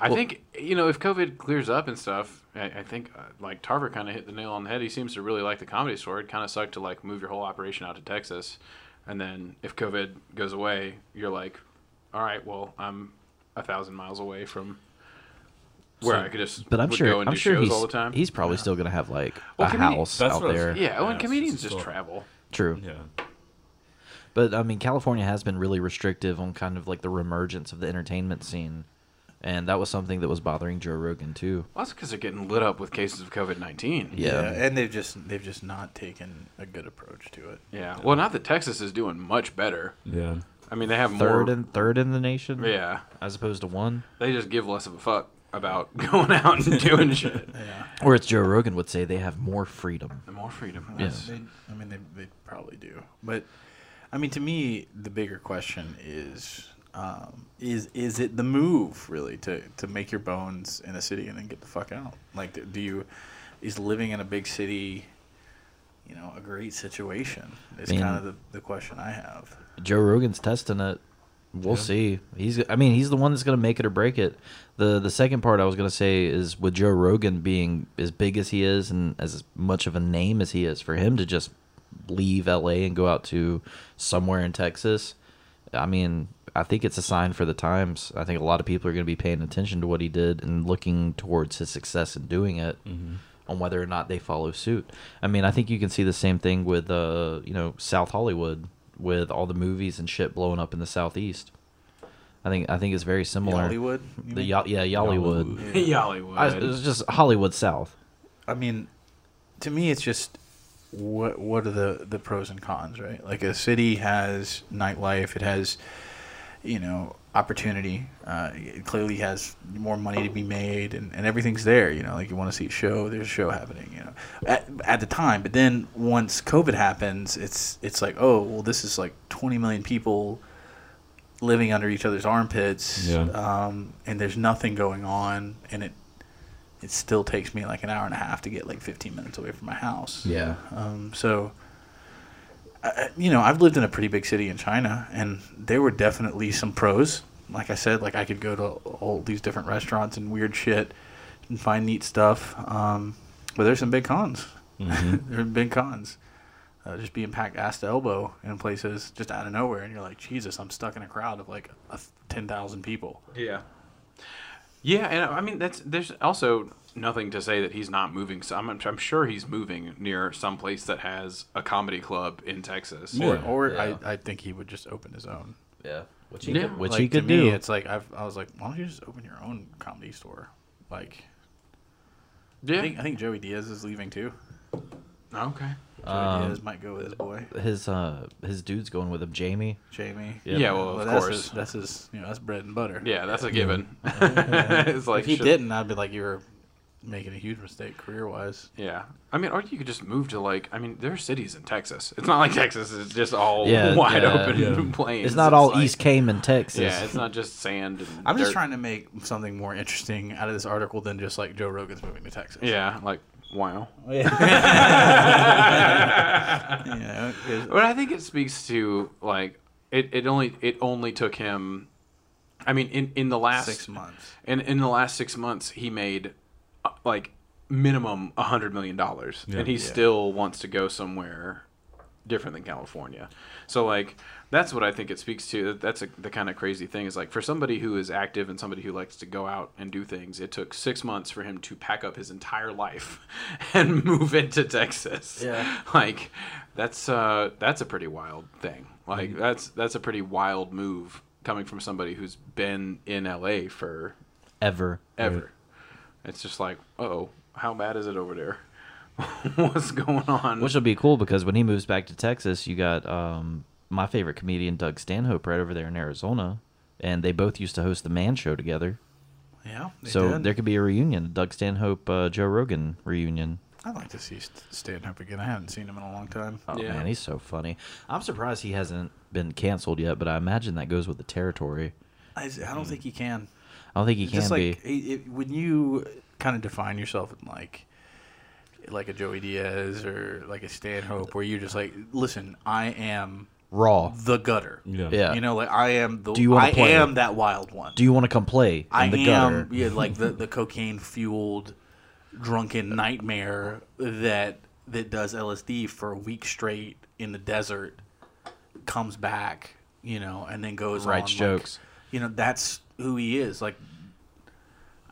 C: I think, you know, if COVID clears up and stuff, I, I think uh, like Tarver kind of hit the nail on the head. He seems to really like the comedy store. It kind of sucked to like move your whole operation out to Texas. And then if COVID goes away, you're like, all right, well, I'm a thousand miles away from where I could just
A: But I'm
C: would
A: sure
C: go and
A: I'm
C: do
A: sure
C: shows
A: he's
C: all the time.
A: he's probably still gonna have like
C: Well,
A: a
C: can we-
A: house
D: that's
A: out
D: what I was-
A: there.
C: yeah,
D: Yeah,
C: when
D: it's
C: comedians
D: just
C: just
D: all-
C: travel.
A: True.
D: Yeah.
A: But I mean, California has been really restrictive on kind of like the reemergence of the entertainment scene, and that was something that was bothering Joe Rogan too.
C: Well, that's because they're getting lit up with cases of COVID 19.
A: Yeah.
B: and they've just they've just not taken a good approach to it.
C: Yeah. Well, not that Texas is doing much better.
D: Yeah.
C: I mean, they have more.
A: Third and third in the nation.
C: yeah.
A: As opposed to one.
C: They just give less of a fuck about going out and doing shit.
A: Or as Joe Rogan would say, they have more freedom.
C: The more freedom.
A: Yes.
B: They, I mean, they, they probably do. But I mean, to me, the bigger question is um, is is it the move really to to make your bones in a city and then get the fuck out? Like, do you is living in a big city, you know, a great situation? Is
A: mean-
B: kind of the, the question I have.
A: Joe Rogan's testing it. We'll see. He's. I mean, he's the one that's going to make it or break it. the The second part I was going to say is with Joe Rogan being as big as he is and as much of a name as he is, for him to just leave L.A. and go out to somewhere in Texas. I mean, I think it's a sign for the times. I think a lot of people are going to be paying attention to what he did and looking towards his success in doing it. On whether or not they follow suit. I mean, I think you can see the same thing with, uh, you know, South Hollywood with all the movies and shit blowing up in the southeast. I think I think it's very similar.
B: Hollywood.
A: the Yo- yeah Yollywood.
C: Yollywood.
A: I, it was just Hollywood South.
B: I mean, to me, it's just what what are the the pros and cons, right? Like a city has nightlife, it has you know opportunity. Uh, it clearly has more money to be made, and, and everything's there. You know, like you want to see a show, there's a show happening. You know, at, at the time, but then once COVID happens, it's it's like oh well, this is like 20 million people living under each other's armpits,
D: Yeah.
B: um, and there's nothing going on, and it it still takes me like an hour and a half to get like 15 minutes away from my house.
J: Yeah.
B: Um, so, I- I, you know, I've lived in a pretty big city in China, and there were definitely some pros. Like I said, like I could go to all these different restaurants and weird shit and find neat stuff. Um, but there's some big cons.
A: Mm-hmm.
B: there are big cons. Uh, just being packed ass to elbow in places just out of nowhere, and you're like, Jesus, I'm stuck in a crowd of like a, ten thousand people.
C: Yeah. Yeah, and uh, I mean that's there's also nothing to say that he's not moving. So I'm, I'm sure he's moving near some place that has a comedy club in Texas.
B: Or, or
J: Yeah.
B: I, I think he would just open his own.
J: Yeah. Which
C: Yeah.
A: Which
B: Like,
A: he
B: to
A: could
B: me,
A: do.
B: It's like I've, I was like, why don't you just open your own comedy store? Like, I
C: Yeah.
B: think I think Joey Diaz is leaving too.
C: okay.
B: Joey Diaz might go with his boy
A: His uh, his dude's going with him, Jamie.
B: Jamie.
A: Yeah.
C: Yeah, well, of
B: that's
C: course.
B: his, that's his. You know, that's bread and butter.
C: Yeah, that's a given. it's like
B: If he
C: shit.
B: didn't, I'd be like, you're making a huge mistake career wise.
C: Yeah, I mean, or you could just move to like, I mean, there are cities in Texas. It's not like Texas is just all
A: Yeah,
C: wide
A: yeah,
C: open plains.
A: It's not all
C: like-
A: East Cayman, Texas.
C: Yeah, it's not just sand. And
B: I'm just
C: dirt.
B: trying to make something more interesting out of this article than just like Joe Rogan's moving to Texas.
C: Yeah, like wow.
B: You know, 'cause-
C: But I think it speaks to like it, it only it only took him I mean in, in the last
B: Six months.
C: And in the last 6 months he made uh, like minimum a 100 million dollars and he still wants to go somewhere different than California. So like that's what I think it speaks to. That- That's a, the kind of crazy thing is like for somebody who is active and somebody who likes to go out and do things, it took six months for him to pack up his entire life and move into Texas.
J: Yeah.
C: like that's uh, that's a pretty wild thing. Like that's that's a pretty wild move coming from somebody who's been in LA for
A: ever.
C: ever. It's just like, oh, how bad is it over there? What's going on?
A: Which will be cool because when he moves back to Texas, you got um, my favorite comedian Doug Stanhope right over there in Arizona, and they both used to host the Man Show together.
B: yeah. they
A: so
B: did.
A: there could be a reunion, Doug Stanhope, uh, Joe Rogan reunion.
B: I'd like to see St- Stanhope again. I haven't seen him in a long time.
A: Oh
C: Yeah.
A: man, he's so funny. I'm surprised he hasn't been canceled yet, but I imagine that goes with the territory.
B: I, s- I don't think he can.
A: I don't think he can
B: Just
A: be.
B: like it, it- when you kind of define yourself in like like a Joey Diaz or like a Stanhope, where you're just like, listen, I am
A: Raw.
B: the gutter.
D: Yeah.
A: Yeah.
B: You know, like I am the.
A: Do you wanna
B: I
A: play
B: am
A: it?
B: that wild one.
A: Do you want to come play in
B: I
A: the
B: am
A: gutter?
B: yeah, like the, the cocaine fueled drunken nightmare that that does LSD for a week straight in the desert, comes back, you know, and then goes
A: Writes
B: on, like,
A: jokes.
B: you know, that's who he is. Like,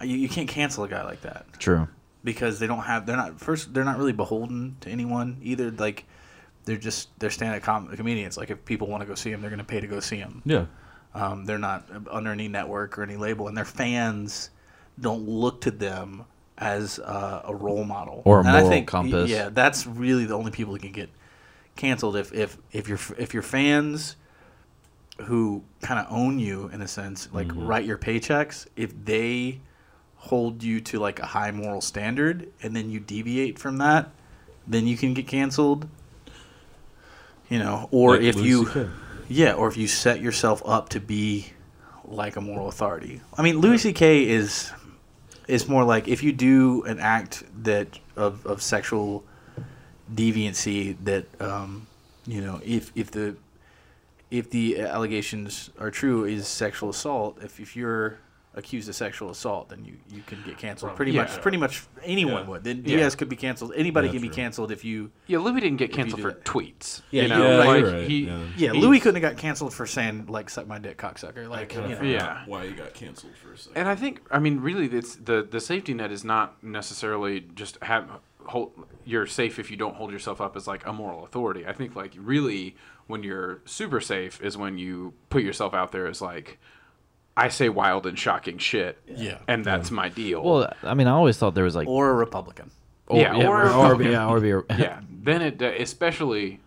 B: you, you can't cancel a guy like that
A: True.
B: because they don't have they're not first they're not really beholden to anyone either. Like, they're just they're stand up com- comedians. Like, if people want to go see him, they're going to pay to go see him.
D: Yeah.
B: Um, they're not under any network or any label, and their fans don't look to them as uh, a role model
A: Or a
B: And
A: moral compass.
B: Yeah, that's really the only people that can get canceled if if if your if your fans who kind of own you in a sense, like write your paychecks, if they hold you to like a high moral standard and then you deviate from that, then you can get canceled. You know, or
D: Like
B: if
D: Louis
B: you
D: CK.
B: yeah, or if you set yourself up to be like a moral authority. I mean, Louis C.K. is is more like if you do an act that of, of sexual deviancy that um, you know if if the if the allegations are true is sexual assault. If if you're accused of sexual assault, then you, you can get canceled. Pretty
C: Yeah.
B: much, pretty much anyone
D: Yeah.
B: would. Then
C: Yeah.
B: you guys could be canceled. Anybody
D: Yeah,
B: can be
D: true.
B: canceled if you.
C: Yeah, Louis didn't get
B: you
C: canceled
B: do
C: for
B: that.
C: tweets.
B: Yeah,
C: you
B: you-
C: know,
D: yeah,
C: like
D: you're right,
C: he,
D: yeah.
B: Yeah,
C: he's-
B: Louis couldn't have got canceled for saying like "suck my dick, cocksucker." Like, you know.
C: Yeah.
D: Why you got canceled for a second?
C: And I think, I mean, really, it's the the safety net is not necessarily just have hold. You're safe if you don't hold yourself up as like a moral authority. I think like really when you're super safe is when you put yourself out there as like, I say wild and shocking shit.
B: Yeah.
C: and that's my deal.
A: Well, I mean, I always thought there was like,
B: or a Republican.
A: oh,
C: yeah, or-
A: or, be- yeah, or be,
C: yeah. Then it especially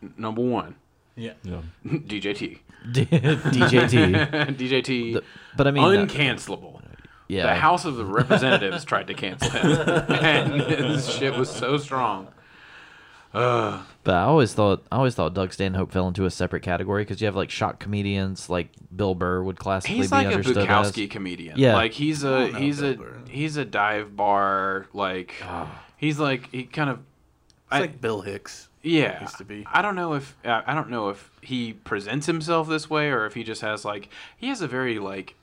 C: n- number one,
B: Yeah.
D: Yeah.
C: DJT,
A: DJT.
C: DJT,
A: But I mean, uh,
C: uncancelable.
A: yeah,
C: The House of the Representatives tried to cancel him, and his shit was so strong.
A: But I always thought I always thought Doug Stanhope fell into a separate category because you have like shock comedians like Bill Burr would classically
C: He's
A: be
C: like a
A: understood as
C: Bukowski comedian.
A: Yeah.
C: like he's a he's a he's a dive bar like
A: Ah.
C: he's like he kind of
B: It's
C: I-
B: like Bill Hicks.
C: yeah
B: used to be.
C: I don't know if I I don't know if he presents himself this way or if he just has like he has a very like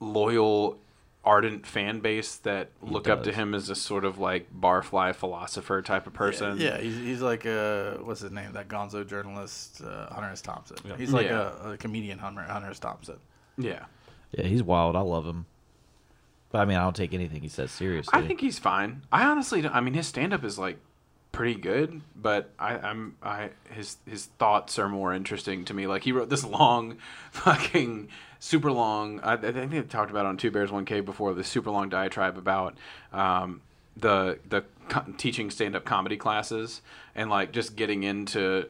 C: loyal ardent fan base that look up to
A: does.
C: him as a sort of like barfly philosopher type of person.
B: Yeah, he's, he's like uh what's his name? That Gonzo journalist, uh, Hunter S. Thompson. He's like
C: Yeah.
B: a, a comedian, Hunter, Hunter S. Thompson.
C: Yeah.
A: Yeah, he's wild. I love him. But I mean, I don't take anything he says seriously.
C: I think he's fine. I honestly, don't, I mean, his stand up is like pretty good, but I, I'm I his his thoughts are more interesting to me. Like he wrote this long, fucking super long. I, I think they talked about it on Two Bears One Cave before this super long diatribe about um, the the co- teaching stand up comedy classes and like just getting into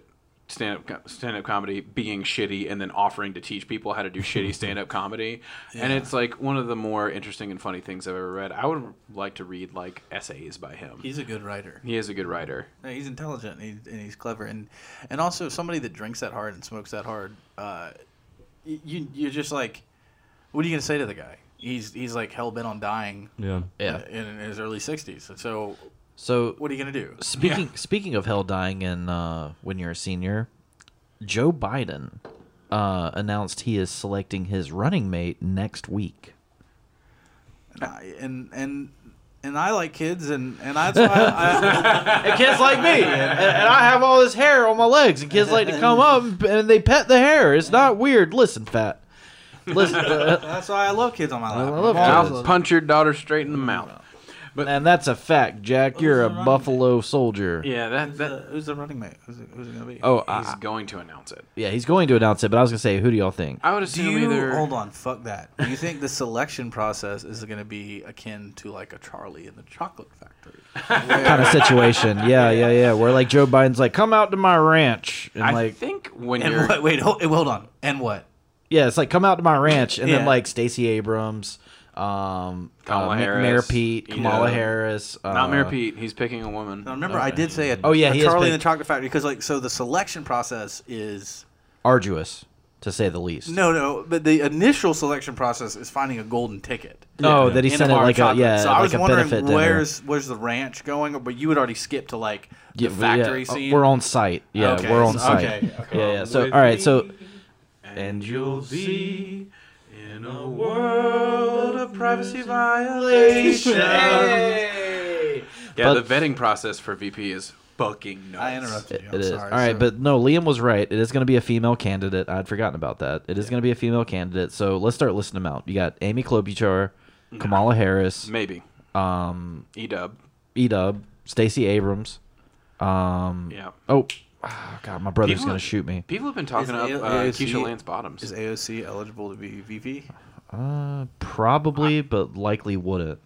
C: stand up stand up comedy being shitty and then offering to teach people how to do shitty stand up comedy and it's like one of the more interesting and funny things I've ever read. I would like to read like essays by him.
B: He's a good writer.
C: he is a good writer.
B: Yeah, he's intelligent and, he, and he's clever and and also somebody that drinks that hard and smokes that hard. Uh, y- you you're just like, what are you gonna say to the guy? He's he's like hell bent on dying.
D: Yeah.
A: Yeah.
B: In, in his early sixties. So
A: so.
B: what are you gonna do?
A: Speaking speaking of hell dying and uh, when you're a senior, Joe Biden uh, announced he is selecting his running mate next week.
B: And I- and and, and I like kids and and that's why I,
A: And kids like me, and, and I have all this hair on my legs, and kids like to come up and- and they pet the hair. It's not weird. Listen, fat. Listen, uh,
B: that's why I love kids on my
A: I
B: lap.
A: love
C: And
A: kids.
C: I'll punch your daughter straight in the mouth.
A: and that's a fact, Jack. You're a buffalo soldier.
C: Yeah, that
B: Uh,
C: that.
B: who's the running mate? Who's it, who's it gonna be?
A: Oh,
C: He's
A: I,
C: going to announce it.
A: yeah, he's going to announce it, but I was gonna say, who do y'all think?
C: I would
B: Do
C: assume
B: you
C: either.
B: hold on? Fuck that. Do you think the selection process is going to be akin to like a Charlie in the Chocolate Factory?
A: kind of situation. Yeah, yeah, yeah. Where like Joe Biden's like, come out to my ranch, and
C: I
A: like,
C: think when
B: And
C: you're
B: what, wait, hold, hold on. And what?
A: yeah, it's like come out to my ranch, and
B: Yeah.
A: then like Stacey Abrams, um, uh,
C: Kamala
A: Ma-
C: Harris,
A: Mayor Pete,
C: you
A: Kamala
C: know.
A: Harris, uh,
C: not Mayor Pete, he's picking a woman.
B: Now, remember, I did say a,
A: Oh, yeah,
B: a
A: he is
B: Charlie in the
A: big.
B: Chocolate Factory because like so the selection process is
A: arduous to say the least.
B: no, no, but the initial selection process is finding a golden ticket.
A: Oh, that he
B: in
A: sent it
B: bar of
A: like a
B: chocolate.
A: yeah,
B: So
A: like
B: I was
A: a
B: wondering
A: benefit dinner.
B: where's where's the ranch going? But you had already skipped to like the
A: Yeah, we- yeah,
B: factory
A: uh,
B: scene.
A: We're on site. Yeah,
B: Okay,
A: we're on
B: so-
A: site.
B: okay,
A: Yeah, yeah. So all right, so
C: and you'll see in a world of privacy violation. Yeah,
A: But-
C: the vetting process for VP is fucking nuts.
B: I interrupted you.
A: It
B: I'm
A: is
B: sorry.
A: All right,
B: So-
A: but no, Liam was right. It is going to be a female candidate. I'd forgotten about that. It is going to be a female candidate. So let's start listing them out. You got Amy Klobuchar, Kamala Harris,
C: Maybe.
A: um,
C: E dub.
A: Edub, Stacey Abrams. Um,
C: Yeah.
A: Oh, ah, God, my brother's
C: People-
A: going to shoot me.
C: People have been talking
B: Is
C: up
B: A-
C: uh,
B: AOC
C: Keisha Lance Bottoms.
B: is AOC eligible to be VP?
A: Uh, probably, but likely wouldn't.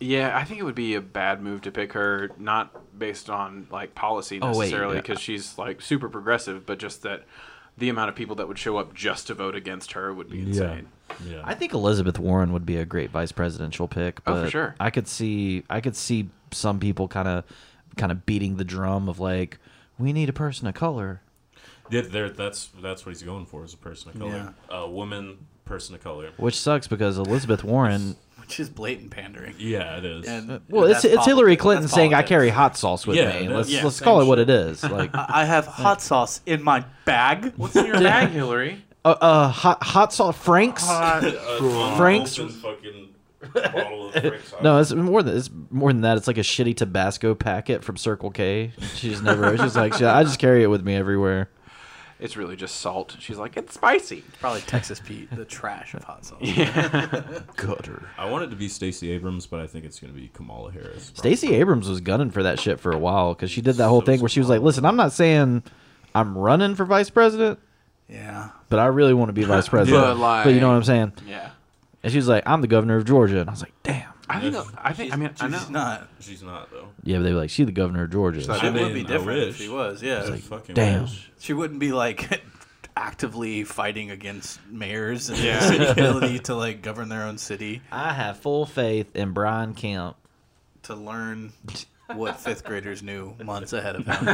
C: yeah, I think it would be a bad move to pick her, not based on like policy
A: Oh, wait,
C: necessarily,
A: yeah.
C: because she's like super progressive, but just that the amount of people that would show up just to vote against her would be insane.
D: Yeah.
A: I think Elizabeth Warren would be a great vice presidential pick.
C: Oh, for
A: But
C: sure.
A: I could see I could see some people kind of kind of beating the drum of like we need a person of color.
D: Yeah, there. That's that's what he's going for is a person of color, a woman, person of color.
A: Which sucks because Elizabeth Warren.
B: Which is blatant pandering.
D: Yeah, it is.
B: And
A: Uh, Well, it's
B: that's
A: it's Hillary
B: politics.
A: Clinton
B: That's
A: saying I
B: politics.
A: carry hot sauce with
D: Yeah,
A: me.
D: that's-
A: Let's
D: yeah,
A: let's
D: same
A: call it what
D: shit.
A: it is. Like uh,
B: I have hot sauce in my bag.
C: What's in your bag, Hillary?
A: uh hot hot sauce Franks.
D: Uh,
A: Frank's-
D: open fucking bottle of Frank's hot
A: No, it's more than it's more than that. It's like a shitty Tabasco packet from Circle K. She's never. She's like, "Yeah, I just carry it with me everywhere.
C: It's really just salt. She's like, it's spicy.
B: Probably Texas Pete, the trash of hot sauce.
A: Gutter.
D: I wanted to be Stacey Abrams, but I think it's going to be Kamala Harris.
A: Stacey Abrams was gunning for that shit for a while because she did that whole thing where she was like, "Listen, I'm not saying I'm running for vice president,
B: Yeah.
A: but I really want to be vice president.
C: But, like-
A: you know what I'm saying?"
C: Yeah.
A: And she was like, "I'm the governor of Georgia," and I was like, "Damn."
C: I think. I think. I mean, I know.
B: She's not.
D: She's not though.
A: Yeah, but they were like, "She's the governor of Georgia."
C: like-
B: It
C: I
B: would be
D: mean, I
B: different if
D: wish.
B: she was, yeah.
D: I fucking
A: damn.
D: wish.
B: she wouldn't be like actively fighting against mayors and the ability to like govern their own city
A: I have full faith in Brian Kemp.
B: to learn what fifth graders knew months ahead of him.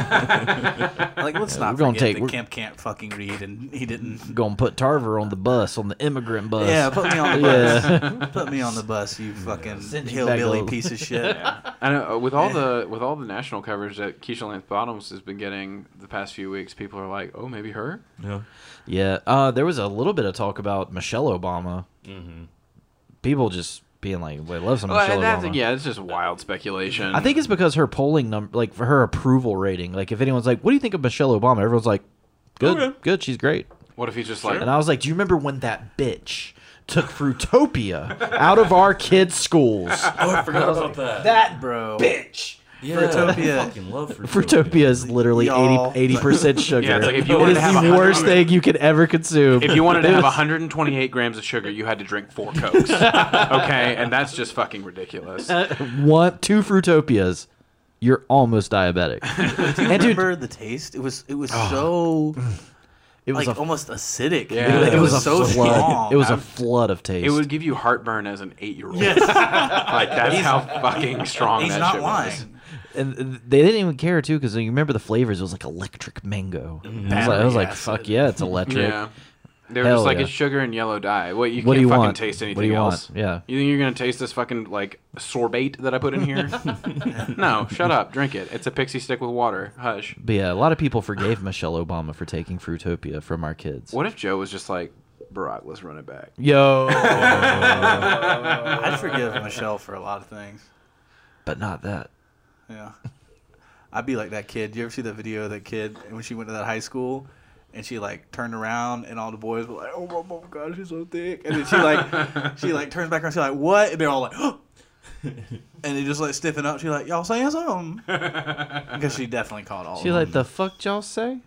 B: like, let's
A: Yeah,
B: not
A: we're gonna
B: forget
A: take-
B: that
A: we're-
B: Kemp can't fucking read, and he didn't.
A: Gonna put Tarver on the bus, on the immigrant bus.
B: Yeah, put me on the
A: Yeah.
B: bus. put me on the bus, you fucking
A: Send you back
B: hillbilly
A: home.
B: piece of shit.
C: I know uh, with all the with all the national coverage that Keisha Lance Bottoms has been getting the past few weeks, people are like, "Oh, maybe her."
D: Yeah.
A: Yeah. Uh, there was a little bit of talk about Michelle Obama.
C: Mm-hmm.
A: People just being like, "We love some
C: Well,
A: Michelle
C: and that's-
A: Obama."
C: yeah, it's just wild speculation.
A: I think it's because her polling number, like for her approval rating. Like, if anyone's like, "What do you think of Michelle Obama?" Everyone's like, "Good,
D: Okay.
A: good, she's great."
C: What if he's just like,
A: And I was like, "Do you remember when that bitch took Fruitopia out of our kids' schools?"
D: Oh, I forgot about that.
J: That bro.
A: bitch.
D: yeah,
B: Fruitopia.
D: I fucking love Fruitopia.
A: Fruitopia is literally
B: Y'all.
A: 80 percent sugar.
C: Yeah, it's like if you
A: It
C: wanted
A: is
C: to have
A: the
C: a
A: worst
C: hundred-
A: thing you could ever consume.
C: if you wanted to
A: It
C: have
A: was-
C: 128 grams of sugar, you had to drink four cokes, okay? And that's just fucking ridiculous.
A: one two fruitopias you're almost diabetic and dude
B: Remember the taste? It was it was so
A: it was
B: like
A: a
C: oh
B: almost acidic.
C: Yeah.
B: Like,
A: it, was, a
B: so
A: flood
B: strong.
A: it was a flood of taste
C: It would give you heartburn as an eight-year-old. like that's how fucking strong
B: He's
C: that
B: not
C: shit
B: lying.
C: was.
A: and they didn't even care too because you remember the flavors it was like electric mango I was, like, I was like fuck yeah it's electric
C: Mm-hmm. Yeah. They were
A: Hell
C: just like
A: yeah.
C: it's sugar and yellow dye. What you
A: What do
C: can't
A: you
C: fucking
A: want?
C: taste
A: What do
C: anything
A: you want?
C: else.
A: Yeah.
C: You think you're gonna taste this fucking like sorbate that I put in here? no, shut up. Drink it. It's a pixie stick with water. Hush.
A: but yeah a lot of people forgave Michelle Obama for taking Fruitopia from our kids
C: What if Joe was just like, Barack, let's run it back.
A: yo
B: I'd forgive Michelle for a lot of things.
A: but not that
B: Yeah. I'd be like that kid. Do you ever see that video of that kid when she went to that high school and she like turned around and all the boys were like, Oh my, oh my god, she's so thick and then she like she like turns back around, she's like, What? And they're all like And they just like stiffen up. She's like, Y'all saying something Because she definitely caught all
A: she
B: of
A: like the fuck y'all say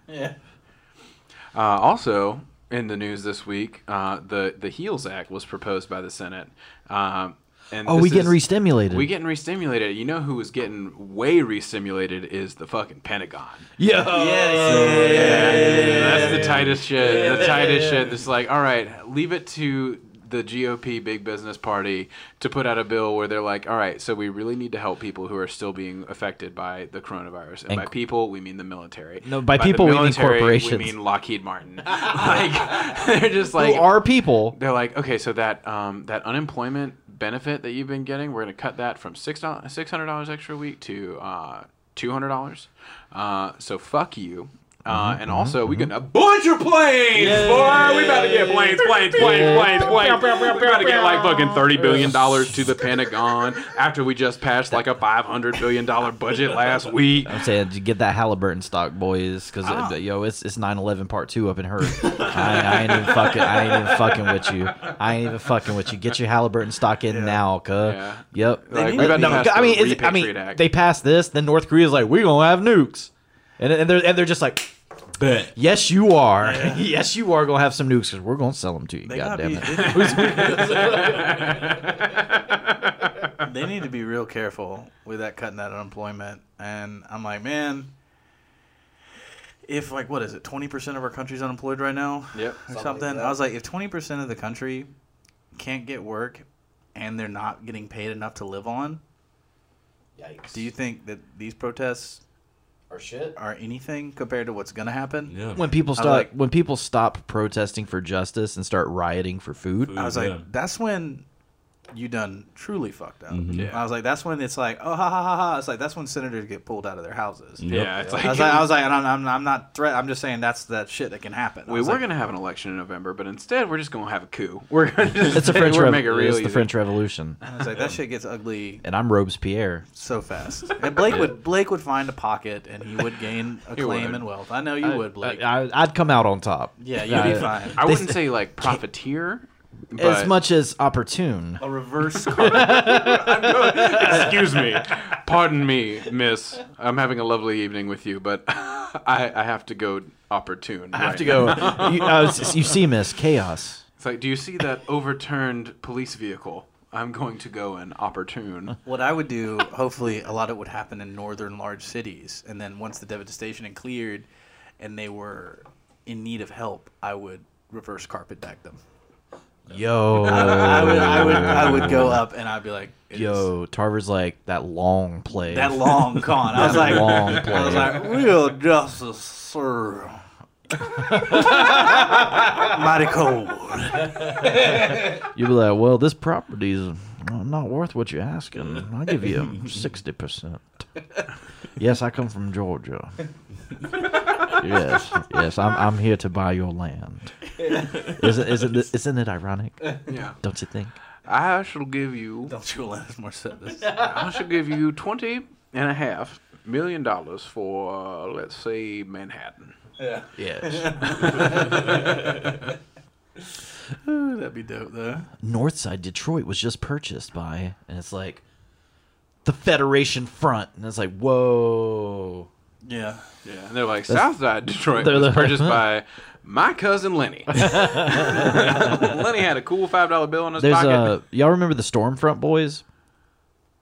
C: Uh, also in the news this week, uh, the the Heels Act was proposed by the Senate. Um, and
A: oh
C: this
A: we getting
C: is-
A: re-stimulated
C: We getting re-stimulated. You know who was getting way re-stimulated is the fucking Pentagon.
A: yeah
C: That's the tightest shit. the tightest shit. It's like, all right, leave it to the GOP big business party to put out a bill where they're like, all right, so we really need to help people who are still being affected by the coronavirus. And,
A: And-
C: by people, we mean the military.
A: No, by
C: the
A: people, we mean
C: military,
A: corporations.
C: We mean Lockheed Martin. like, they're just like,
A: who are people
C: they're like, okay, so that um, that unemployment benefit that you've been getting, we're gonna cut that from six six hundred dollars extra a week to uh, two hundred dollars. Uh, so fuck you. Uh,
A: Mm-hmm,
C: and also, we getting a bunch of planes, boy. We about to get planes, planes, planes, planes, planes. We about to get like fucking thirty billion dollars to the Pentagon after we just passed like a five hundred billion dollar budget last week.
A: I'm saying to get that Halliburton stock, boys, because
C: Ah.
A: yo, it's it's 9/11 part two up in her. I, I ain't even fucking, I ain't even fucking with you. I ain't even fucking with you. Get your Halliburton stock in now, cuh.
C: Yeah.
A: Yep.
C: Like, we about to pass
A: I
C: the
A: mean, it's, I mean,
C: Repatriate Act.
A: they passed this, then North Korea's like, we gonna have nukes, and and they're and they're just like,
D: Bet.
A: yes, you are, yes, you are gonna have some nukes because we're gonna sell them to you. God
B: gotta
A: damn
B: be-
A: it.
B: them. They need to be real careful with that cutting that unemployment. And I'm like, man, if like what is it, twenty percent of our country's unemployed right now?
C: Yep.
B: or something. I was like, if twenty percent of the country can't get work and they're not getting paid enough to live on,
J: Yikes.
B: do you think that these protests
J: or shit?
B: are anything compared to what's gonna happen?
D: Yeah.
A: When people
B: I
A: start,
B: like-
A: when people stop protesting for justice and start rioting for food,
B: I was like,
D: Yeah.
B: that's when you done truly fucked up.
C: Yeah.
B: I was like, that's when it's like, oh ha ha ha ha. It's like that's when senators get pulled out of their houses.
C: Yeah, it's like,
B: I was like, I was like, and I'm, I'm, I'm not threat. I'm just saying that's that shit that can happen. I
C: we
B: was
C: were
B: like,
C: gonna have an election in November, but instead we're just gonna have a coup. We're gonna just
A: it's a French,
C: we're
A: rev-
C: gonna make it real
A: it's the
C: easy.
A: French Revolution.
B: I was like, that shit gets ugly
A: and I'm Robespierre.
B: so fast. And Blake would Blake would find a pocket and he would gain acclaim
C: would.
B: and wealth. I know you would, Uh, Blake.
A: I, I'd come out on top.
B: yeah, you'd be fine.
C: I wouldn't say like profiteer.
A: As
C: but-
A: much as opportune.
B: A reverse
C: Excuse me. Pardon me, miss. I'm having a lovely evening with you, but I, I have to go opportune. I
A: have to go. you, I was- you see, Miss Chaos.
C: It's like, do you see that overturned police vehicle? I'm going to go and opportune.
B: What I would do, hopefully, a lot of it would happen in northern large cities, and then once the devastation had cleared, and they were in need of help, I would reverse carpet back them.
A: Yo,
B: I would, I would, I would go up and I'd be like, it is
A: Yo, Tarver's like that long play.
B: that long con. I was
A: That
B: like,
A: long
B: I was
A: play.
B: like, real justice, sir. Mighty cold.
A: You'd be like, well, this property's not worth what you're asking. I'll give you sixty percent. Yes, I come from Georgia. yes, yes, I'm I'm here to buy your land. Isn't isn't it, isn't it ironic?
C: Yeah.
A: Don't you think?
C: I shall give you.
B: Don't you let us more set this.
C: I shall give you twenty and a half million dollars for uh, let's say Manhattan.
A: Yes.
B: Ooh, that'd be dope though.
A: Northside Detroit was just purchased by, and it's like the Federation Front, and it's like, whoa.
B: Yeah.
C: Yeah, and they're like Southside Detroit
A: They're
C: was
A: the-
C: purchased by my cousin Lenny. Lenny had a cool five dollar bill in his
A: There's a
C: pocket.
A: y'all remember the Stormfront boys?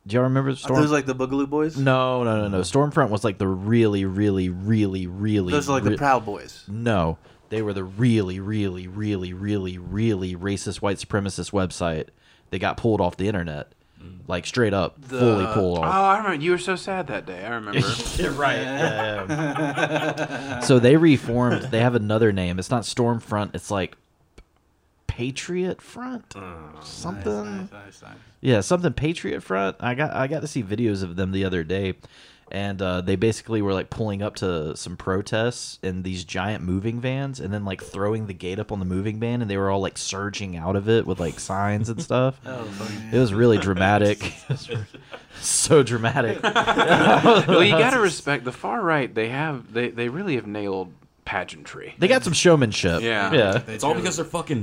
A: Do y'all remember the Storm?
B: Those like the Boogaloo Boys.
A: no, no, no, no. Stormfront was like the really, really, really, really.
B: Those are like the
A: re-
B: Proud Boys.
A: No, they were the really, really, really, really, really racist white supremacist website. They got pulled off the internet,
B: Mm.
A: like straight up, fully pulled
C: Oh,
A: off.
C: I remember. You were so sad that day. I remember.
A: so they reformed. They have another name. It's not Stormfront. It's like Patriot Front, something. Yeah, something Patriot Front. I got I got to see videos of them the other day, and uh, they basically were like pulling up to some protests in these giant moving vans, and then like throwing the gate up on the moving van, and they were all like surging out of it with like signs and stuff. oh, it was really dramatic. It was re- so dramatic.
C: well, you gotta respect the far right. They have they they really have nailed pageantry.
A: They got some showmanship.
C: Yeah.
A: yeah.
D: It's all because they're fucking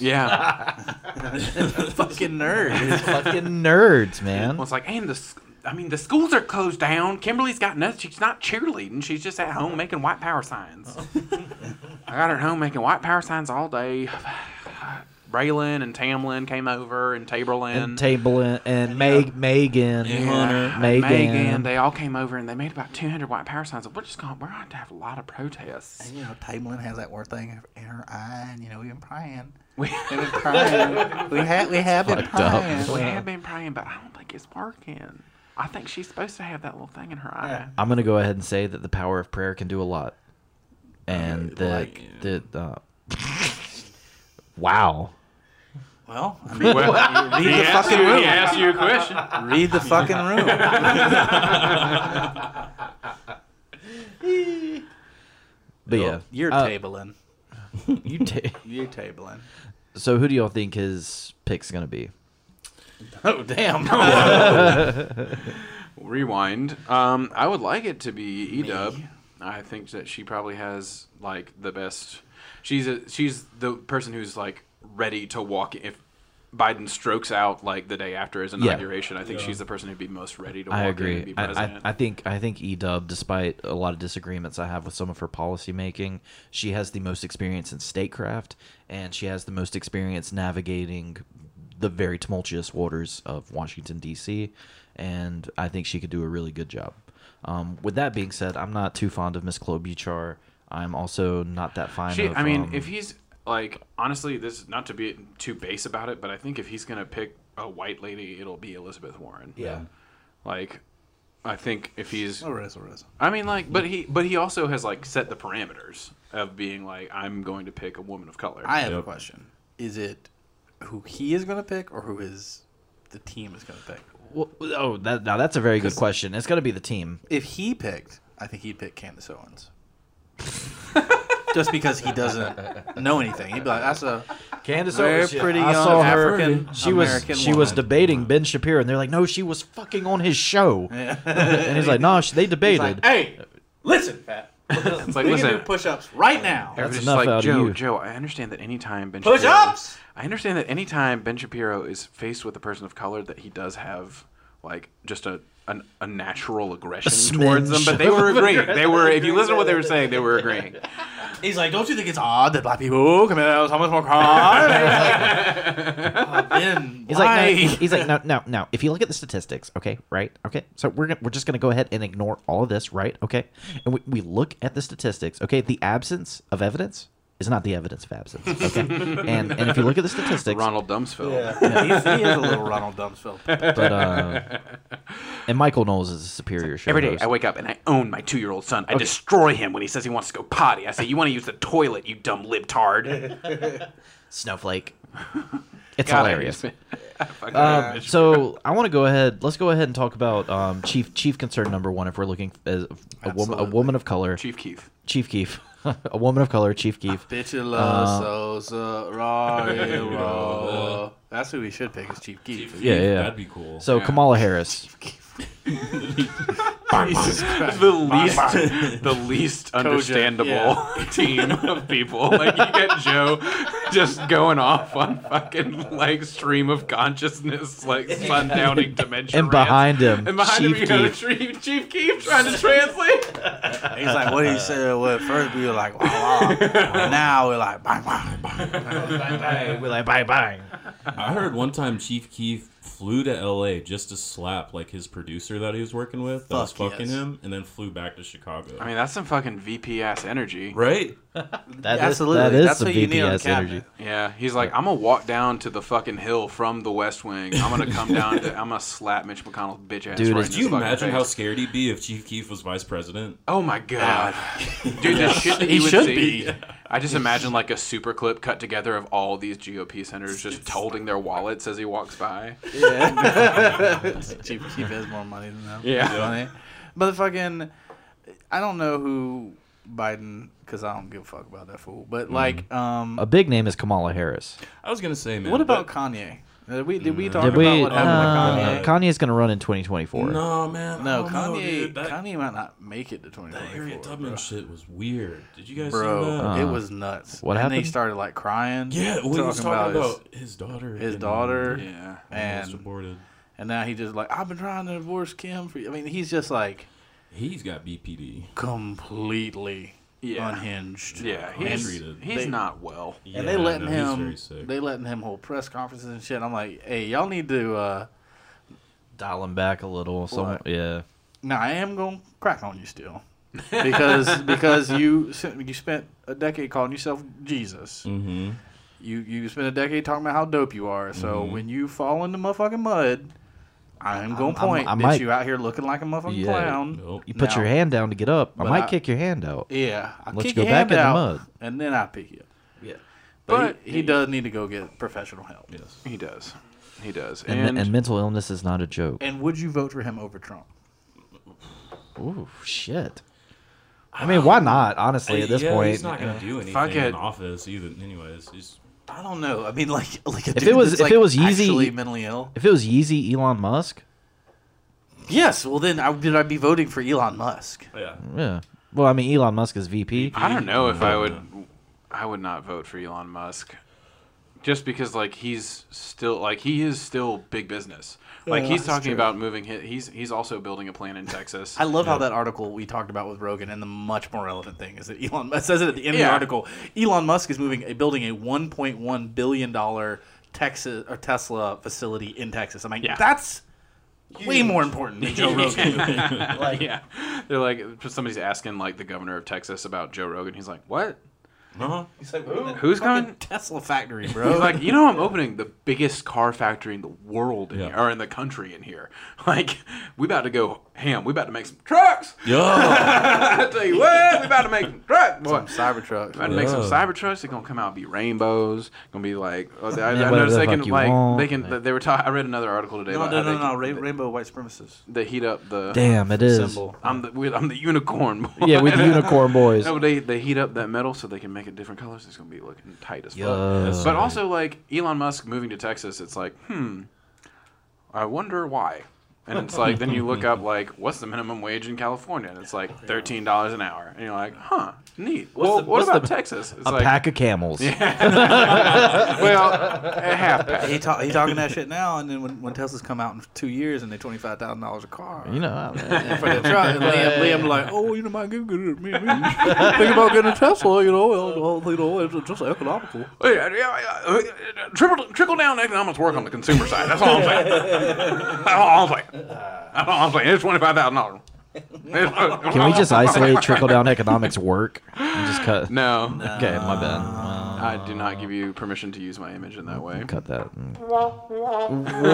C: Yeah,
B: Fucking nerds.
A: fucking nerds, man.
C: well, it's like and the. s- I mean, the schools are closed down. Kimberly's got nothing. She's not cheerleading. She's just at home making white power signs. I got her at home making white power signs all day. Braylon and Tamlin came over, and Taberlin.
A: and Table and, and Meg, Megan,
C: Yeah,
A: Uh, Megan.
C: Megan, they all came over and they made about 200 white power signs. We're just going, we're going to have a lot of protests.
B: you know, Tamlin has that word thing in her eye, and you know, we've been praying. We've been praying. we have, we have been praying.
C: We have been praying, but I don't think it's working. I think she's supposed to have that little thing in her eye.
A: I'm gonna go ahead and say that the power of prayer can do a lot,
C: Uh,
A: and that that. Uh, wow.
B: Well, I mean, read the fucking room. He asked you a question. Read the fucking room.
A: But yeah,
B: You're
A: Uh,
B: tabling.
A: you ta-
B: You're tabling.
A: so who do y'all think his pick's gonna be?
B: Oh damn!
C: Rewind. Um, I would like it to be Edub. I think that she probably has like the best. She's a, she's the person who's like ready to walk if Biden strokes out like the day after his inauguration. I think she's the person who'd be most ready to walk
A: I
C: in and be
A: agree. I,
C: president.
A: I, I think I think E Dub, despite a lot of disagreements I have with some of her policy making, she has the most experience in statecraft, and she has the most experience navigating the very tumultuous waters of Washington D.C. And I think she could do a really good job. Um, with that being said, I'm not too fond of Miss Klobuchar. I'm also not that fine.
C: She,
A: of,
C: I mean,
A: um,
C: if he's like, honestly, this is not to be too base about it, but I think if he's gonna pick a white lady, it'll be Elizabeth Warren.
A: yeah,
C: Like, I think if he's,
B: Rizzo, Rizzo.
C: I mean, like, but he, but he also has like set the parameters of being like, I'm going to pick a woman of color.
B: I have a question. Is it who he is going to pick or who his the team is going to pick?
A: well, oh, that, now that's a very good question. It's gonna be the team.
B: If he picked, I think he'd pick Candace Owens. Just because he doesn't know anything, he'd be like, "That's a
A: Candace
B: Very
A: Owens. yeah.
B: pretty
A: I
B: young
A: saw her.
B: African
A: She was
B: American
A: she was
B: woman.
A: debating Ben Shapiro, and they're like, "No, she was fucking on his show." and he's like, "No, nah, she- they debated."
E: hey, listen, Pat.
C: it's like,
E: We can do
C: listen.
E: push-ups right now.
A: That's
C: Everybody's
A: enough
C: like,
A: out
C: Joe,
A: of you.
C: Joe, I understand that anytime Ben
E: Push
C: Shapiro,
E: ups.
C: I understand that anytime Ben Shapiro is faced with a person of color, that he does have like just a an, a natural aggression towards them.
A: smidge.
C: But they were agreeing. They were. If you listen to what they were saying, they were agreeing.
E: He's like, don't you think it's
B: odd that black people commit so much more crime."
E: Ben?
A: He's like, no, he's like, no, no, no. If you look at the statistics, okay, right, okay. So we're gonna, we're just gonna go ahead and ignore all of this, right, okay? And we, we look at the statistics, okay. The absence of evidence is not the evidence of absence. Okay? and and if you look at the statistics,
C: Ronald Dumsfeld.
B: He's, he is a little Ronald Dumpsfeld.
A: But uh, and Michael Knowles is a superior show.
C: Every day
A: host.
C: I wake up and I own my two year old son. I destroy him when he says he wants to go potty. I say, You want to use the toilet, you dumb libtard.
A: snowflake. It's
C: God, I
A: hilarious.
C: just- I fucking love
A: Um,
C: it.
A: so I want to go ahead. Let's go ahead and talk about um, chief chief concern number one. If we're looking as a woman a woman of color,
C: Chief Keith.
A: Chief Keef, a woman of color, Chief Keef.
B: Uh, That's who we should pick as Chief Keef.
A: Yeah, yeah, yeah.
D: That'd be cool.
A: So Kamala Harris.
C: the least the least understandable team of people. Like you got Joe just going off on fucking like stream of consciousns, like sundowning dementia.
A: And behind
C: rants.
A: him,
C: and behind him,
A: Chief
C: you got
A: Keef.
C: Chief, Chief Keef trying to translate.
B: He's like, what he said? What first we were like, wah, wah. now we're like, bang, bang, bang.
A: We're like bye bye.
D: I heard one time Chief Keef flew to L.A. just to slap like his producer that he was working with that was
B: Fuck
D: fucking
B: yes.
D: him, and then flew back to Chicago.
C: I mean, that's some fucking VP ass energy.
D: right?
A: That is-
B: Absolutely.
A: that is
B: That's
A: some
B: what you need on
A: VPS
B: cabinet.
A: energy.
C: Yeah, he's like, I'm gonna walk down to the fucking hill from the West Wing. I'm gonna come down. To, I'm gonna slap Mitch McConnell's bitch ass.
A: Dude, if
C: right in
D: Could
C: his
D: you
C: fucking
D: imagine
C: face.
D: how scared he'd be if Chief Keef was vice president?
C: Oh my god, dude! The shit that he, would see. I just imagine like a super clip cut together of all these GOP senators just holding their wallets as he walks by.
B: Chief Keef has more money than them.
C: Yeah.
B: You know what I mean? Motherfucking, I don't know who Biden, because I don't give a fuck about that fool. But
A: Mm-hmm.
B: like, um,
A: A big name is Kamala Harris.
D: I was gonna say, man.
B: what about
D: but-
B: Kanye? Did we did we
C: Mm.
B: talk
A: Did
B: about
A: we?
B: what happened
A: uh,
B: with Kanye?
A: Kanye's gonna run in 2024.
D: No, man.
B: No,
D: I don't know,
B: Kanye.
D: Oh, dude. that,
B: Kanye might not make it to twenty
D: that Harriet
B: twenty-four.
D: Tubman shit was weird. Did you guys
B: Bro,
D: see that?
A: Uh,
B: it was nuts.
A: what
B: and They
A: happened?
B: started like crying.
D: yeah, well, he was talking about,
B: his-
D: his, daughter.
B: his
D: getting
B: daughter
C: Yeah.
D: almost
B: and
D: aborted.
B: and now he just like I've been trying to divorce Kim for. you." I mean, he's just like
D: He's got BPD.
B: completely
C: Yeah.
B: unhinged.
C: Yeah,
D: Oh, he's-
C: he's,
D: treated.
C: he's
B: they-
C: not well.
B: And they letting
D: no, He's
B: him
D: very sick.
B: they letting him hold press conferences and shit. I'm like, hey, y'all need to. uh
A: Dial him back a little. Some,
B: What?
A: yeah.
B: Now I am gonna crack on you still, because because you sent- you spent a decade calling yourself Jesus.
A: Mm.
D: Mm-hmm.
B: You you spent a decade talking about how dope you are. So when you fall in the motherfucking mud, I'm gonna
A: I'm-
B: point
A: Mm-hmm. I
B: at
A: might-
B: you out here looking like a motherfucking
A: Yeah.
B: clown.
D: Nope.
A: You put
B: Now-
A: your hand down to get up. I
B: But
A: might
B: I-
A: kick your hand out.
B: Yeah, I
A: Let you
B: kick
A: go
B: your
A: back
B: hand
A: in the
B: out,
A: mud.
B: and then I pick you up.
A: Yeah.
B: But,
C: But-
B: he, he does need to go get professional help.
D: Yes.
C: He does. He does.
A: And,
C: And,
A: and, mental illness is not a joke.
B: And would you vote for him over Trump?
A: Ooh, shit. I mean, why not? Honestly, at this
D: yeah,
A: point,
D: he's not gonna do anything
C: Fuck it.
D: in office either. Anyways, he's
B: I don't know. I mean, like, like a
A: If it
B: dude
A: was-
B: that's,
A: if
B: like,
A: it was Yeezy-
B: actually mentally ill.
A: if it was Yeezy, Elon Musk,
B: Yes. Well, then I would I be voting for Elon Musk?
D: yeah.
A: yeah. Well, I mean, Elon Musk is VP.
C: I don't know if I would. I would not vote for Elon Musk, just because like he's still like he is still big business. Like he's talking about moving. His, he's he's also building a plant in Texas.
B: I love how that article we talked about with Rogan, and the much more relevant thing is that Elon it says it at the end of
C: Yeah.
B: the article. Elon Musk is moving a building a 1.1 billion dollar Texas or Tesla facility in Texas. I'm like,
C: Yeah.
B: that's way more important than Joe Rogan.
C: yeah, they're like somebody's asking like the governor of Texas about Joe Rogan. He's like, "What?
D: Uh-huh.
C: Who's
B: Fucking
C: coming?"
B: Tesla factory,
C: He's
B: bro.
C: like, "You know, I'm opening the biggest car factory in the world in
D: Yeah.
C: here, or in the country in here. Like, we about to go ham. We about to make some trucks.
D: Yo,
C: I tell you what, we about to make some trucks, boy."
B: Cybertruck.
C: I'm about to make some
D: Whoa.
C: Cybertrucks. They're gonna come out and be rainbows. Gonna be like, oh, I, I
A: whatever
C: noticed
A: the
C: they
A: fuck
C: can
A: you
C: like
A: want.
C: they can. They were. Ta- I read another article today
B: No,
C: about
B: no,
C: how
B: no,
C: they,
B: no, ra- rainbow white supremacists.
C: they heat up the.
A: Damn, it is.
B: Symbol.
C: I'm the we're- I'm the unicorn. Boy.
A: Yeah, with the unicorn boys.
C: No, they they heat up that metal so they can make it different colors. It's gonna be looking tight as fuck.
A: Yo.
C: But also like Elon Musk moving to Texas, it's like, hmm, I wonder why. And it's like then you look up like what's the minimum wage in California, and it's like thirteen dollars an hour, and you're like, huh, neat. well,
J: the-
C: what
J: what's
C: about Texas? It's
A: a
C: like,
A: pack of camels.
C: well, a half pack.
B: He, talk, he talking that shit now, and then when, when Tesla's come out in two years and they twenty five thousand dollars a car,
A: You know, I mean,
B: for the truck. And Liam, Liam like, oh, you know, my good, good, me, me. Think about getting a Tesla, you know, well, well, you know, it's just economical.
C: Yeah, yeah, yeah, yeah. Trickle, trickle down economics work on the consumer side. That's all I'm saying. That's all I'm saying. That's all I'm saying. It's twenty five thousand dollars.
A: Can we just isolate trickle down economics work? And just cut.
C: No.
A: Okay, my bad. Wow.
C: I do not give you permission to use my image in that way.
A: Cut that. Mm.
C: Whoa.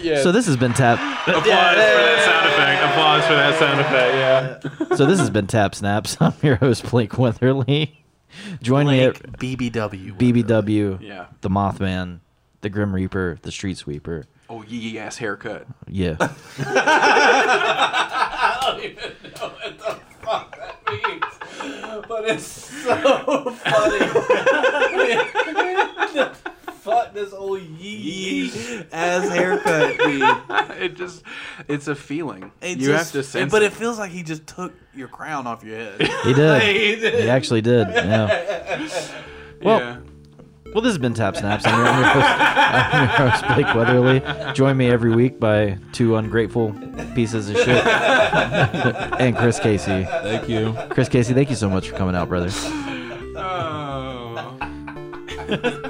C: yeah.
A: So this has been tap.
D: Applause for that sound effect. Applause for that sound effect. Yeah.
A: So this has been tap snaps. I'm your host Blake Weatherly. Join me at
B: BBW.
A: BBW.
C: Yeah.
A: The Mothman, the Grim Reaper, the Street Sweeper.
C: Oh, yee yee ass haircut.
A: Yeah.
J: I don't even know what the fuck that means, but it's so funny. the fuck this old yee yee.
E: As haircut, dude.
C: it just, it's a feeling.
E: It
C: you
E: just-
C: have to sense
B: But
C: it.
B: it feels like he just took your crown off your head.
A: He did. he actually did. Yeah. Well,
C: yeah.
A: well, this has been Tap Snaps. I'm your, I'm your host, I'm your host, Blake Weatherly. Join me every week by two ungrateful pieces of shit and Chris Casey.
D: Thank you.
A: Chris Casey, thank you so much for coming out, brother.
C: Oh.